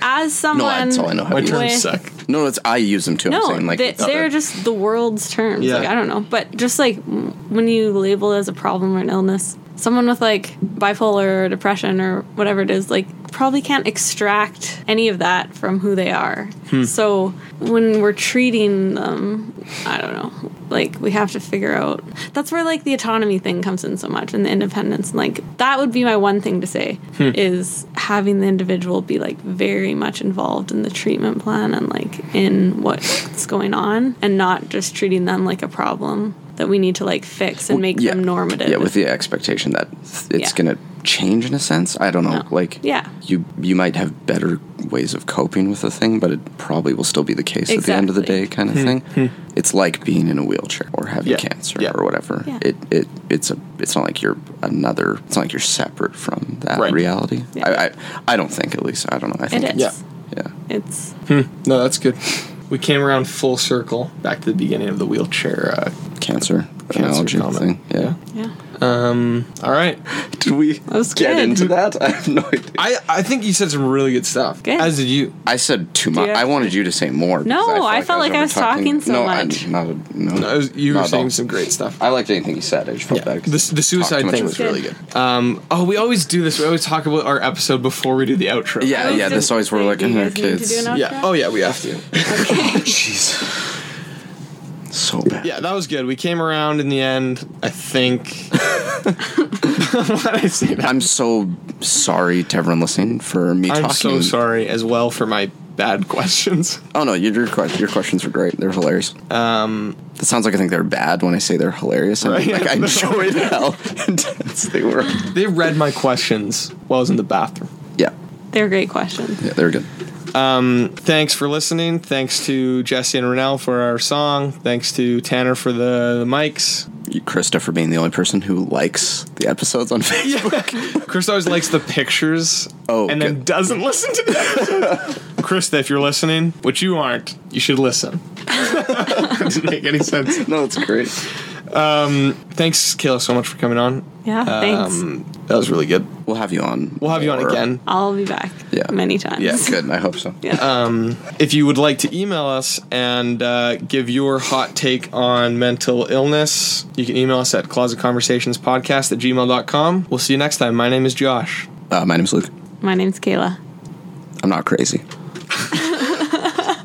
S3: as
S2: no
S3: someone
S2: that's all i know how
S1: My
S2: to use
S1: terms
S3: with-
S1: suck.
S2: no it's i use them too i'm
S3: No,
S2: saying like
S3: they,
S2: it's not
S3: they're
S2: that-
S3: just the world's terms.
S1: Yeah.
S3: Like I don't know, but just like m- when you label it as a problem or an illness, someone with like bipolar or depression or whatever it is, like probably can't extract any of that from who they are.
S2: Hmm.
S3: So when we're treating them, I don't know, like we have to figure out. That's where like the autonomy thing comes in so much and the independence. And, like that would be my one thing to say
S2: Hmm.
S3: is having the individual be like very much involved in the treatment plan and like in what's going on and not just treating them like a problem that we need to like fix and make
S2: yeah.
S3: them normative.
S2: yeah with the expectation that it's
S3: Yeah.
S2: gonna change in a sense i don't know
S3: No.
S2: like
S3: Yeah.
S2: you you might have better ways of coping with a thing but it probably will still be the case at the end of the
S3: Exactly.
S2: day kind of thing it's like being in a wheelchair or having
S1: Yeah.
S2: cancer
S1: Yeah.
S2: or whatever
S3: Yeah.
S2: it it it's a it's not like you're another it's not like you're separate from that
S1: Right.
S2: reality
S3: Yeah.
S2: I, I i don't think at least i don't know i
S3: it
S2: think
S3: is.
S1: Yeah.
S2: yeah
S3: It's
S1: No, that's good. We came around full circle back to the beginning of the wheelchair uh,
S2: cancer,
S1: cancer
S2: analogy
S1: comment.
S2: thing yeah
S3: yeah.
S1: Um. All right.
S2: did we
S3: was get good. into
S2: that <laughs> i have no idea
S1: I I think you said some really good stuff.
S3: Good.
S1: As did you.
S2: I said too much.
S3: Yeah.
S2: I wanted you to say more.
S3: No,
S2: because
S3: I felt like I was talking so
S2: no,
S3: much.
S2: I, not a, no,
S1: I was- you were
S2: not at
S1: saying
S2: all.
S1: some great stuff.
S2: I liked anything you said. I just felt
S1: Yeah.
S2: bad. 'cause
S1: The- the
S2: talk
S1: suicide
S2: too much
S1: thing
S2: was
S1: was
S2: really
S3: good.
S2: good.
S1: Um. Oh, we always do this. We always talk about our episode before we do the outro.
S2: Yeah, yeah. That's always where we're like,
S3: Do you
S2: okay,
S3: guys need to do
S2: it's
S3: an outro?
S1: Yeah. Oh yeah. We have to.
S2: jeez, so bad.
S1: Yeah. That was good. We came around in the end. I think. <laughs> Why did I say that?
S2: I'm so sorry to everyone listening for me
S1: I'm
S2: talking.
S1: so sorry as well for my bad questions.
S2: Oh no, your your, que- your questions were great. They're hilarious. Um, that sounds like I think they're bad when I say they're hilarious. I mean,
S1: Right. <laughs>
S2: Like I enjoyed how intense they were.
S1: They read my questions while I was in the bathroom.
S2: Yeah,
S3: They're great questions.
S2: yeah, they're good.
S1: thanks for listening. Thanks to Jesse and Rennell for our song. Thanks to Tanner for the, the mics.
S2: Krista for being the only person who likes the episodes
S1: <laughs>
S2: on Facebook.
S1: Chris always likes the pictures.
S2: Oh,
S1: and then
S2: good.
S1: doesn't listen to the episode. Krista, if you're listening, which you aren't, you should listen. Doesn't make any sense.
S2: <laughs> No, it's great.
S1: Thanks, Kayla, so much for coming on.
S3: Yeah, thanks.
S1: Um, that was really good.
S2: We'll have you on.
S1: We'll have you on
S2: more.
S1: again.
S3: I'll be back
S2: Yeah.
S3: many times.
S2: Yeah,
S3: <laughs>
S2: good. I hope so.
S3: Yeah.
S1: If you would like to email us and uh, give your hot take on mental illness, you can email us at closetconversationspodcast at gmail.com. We'll see you next time. My name is Josh.
S2: Uh, my name's Luke.
S3: My name's Kayla.
S2: I'm not crazy.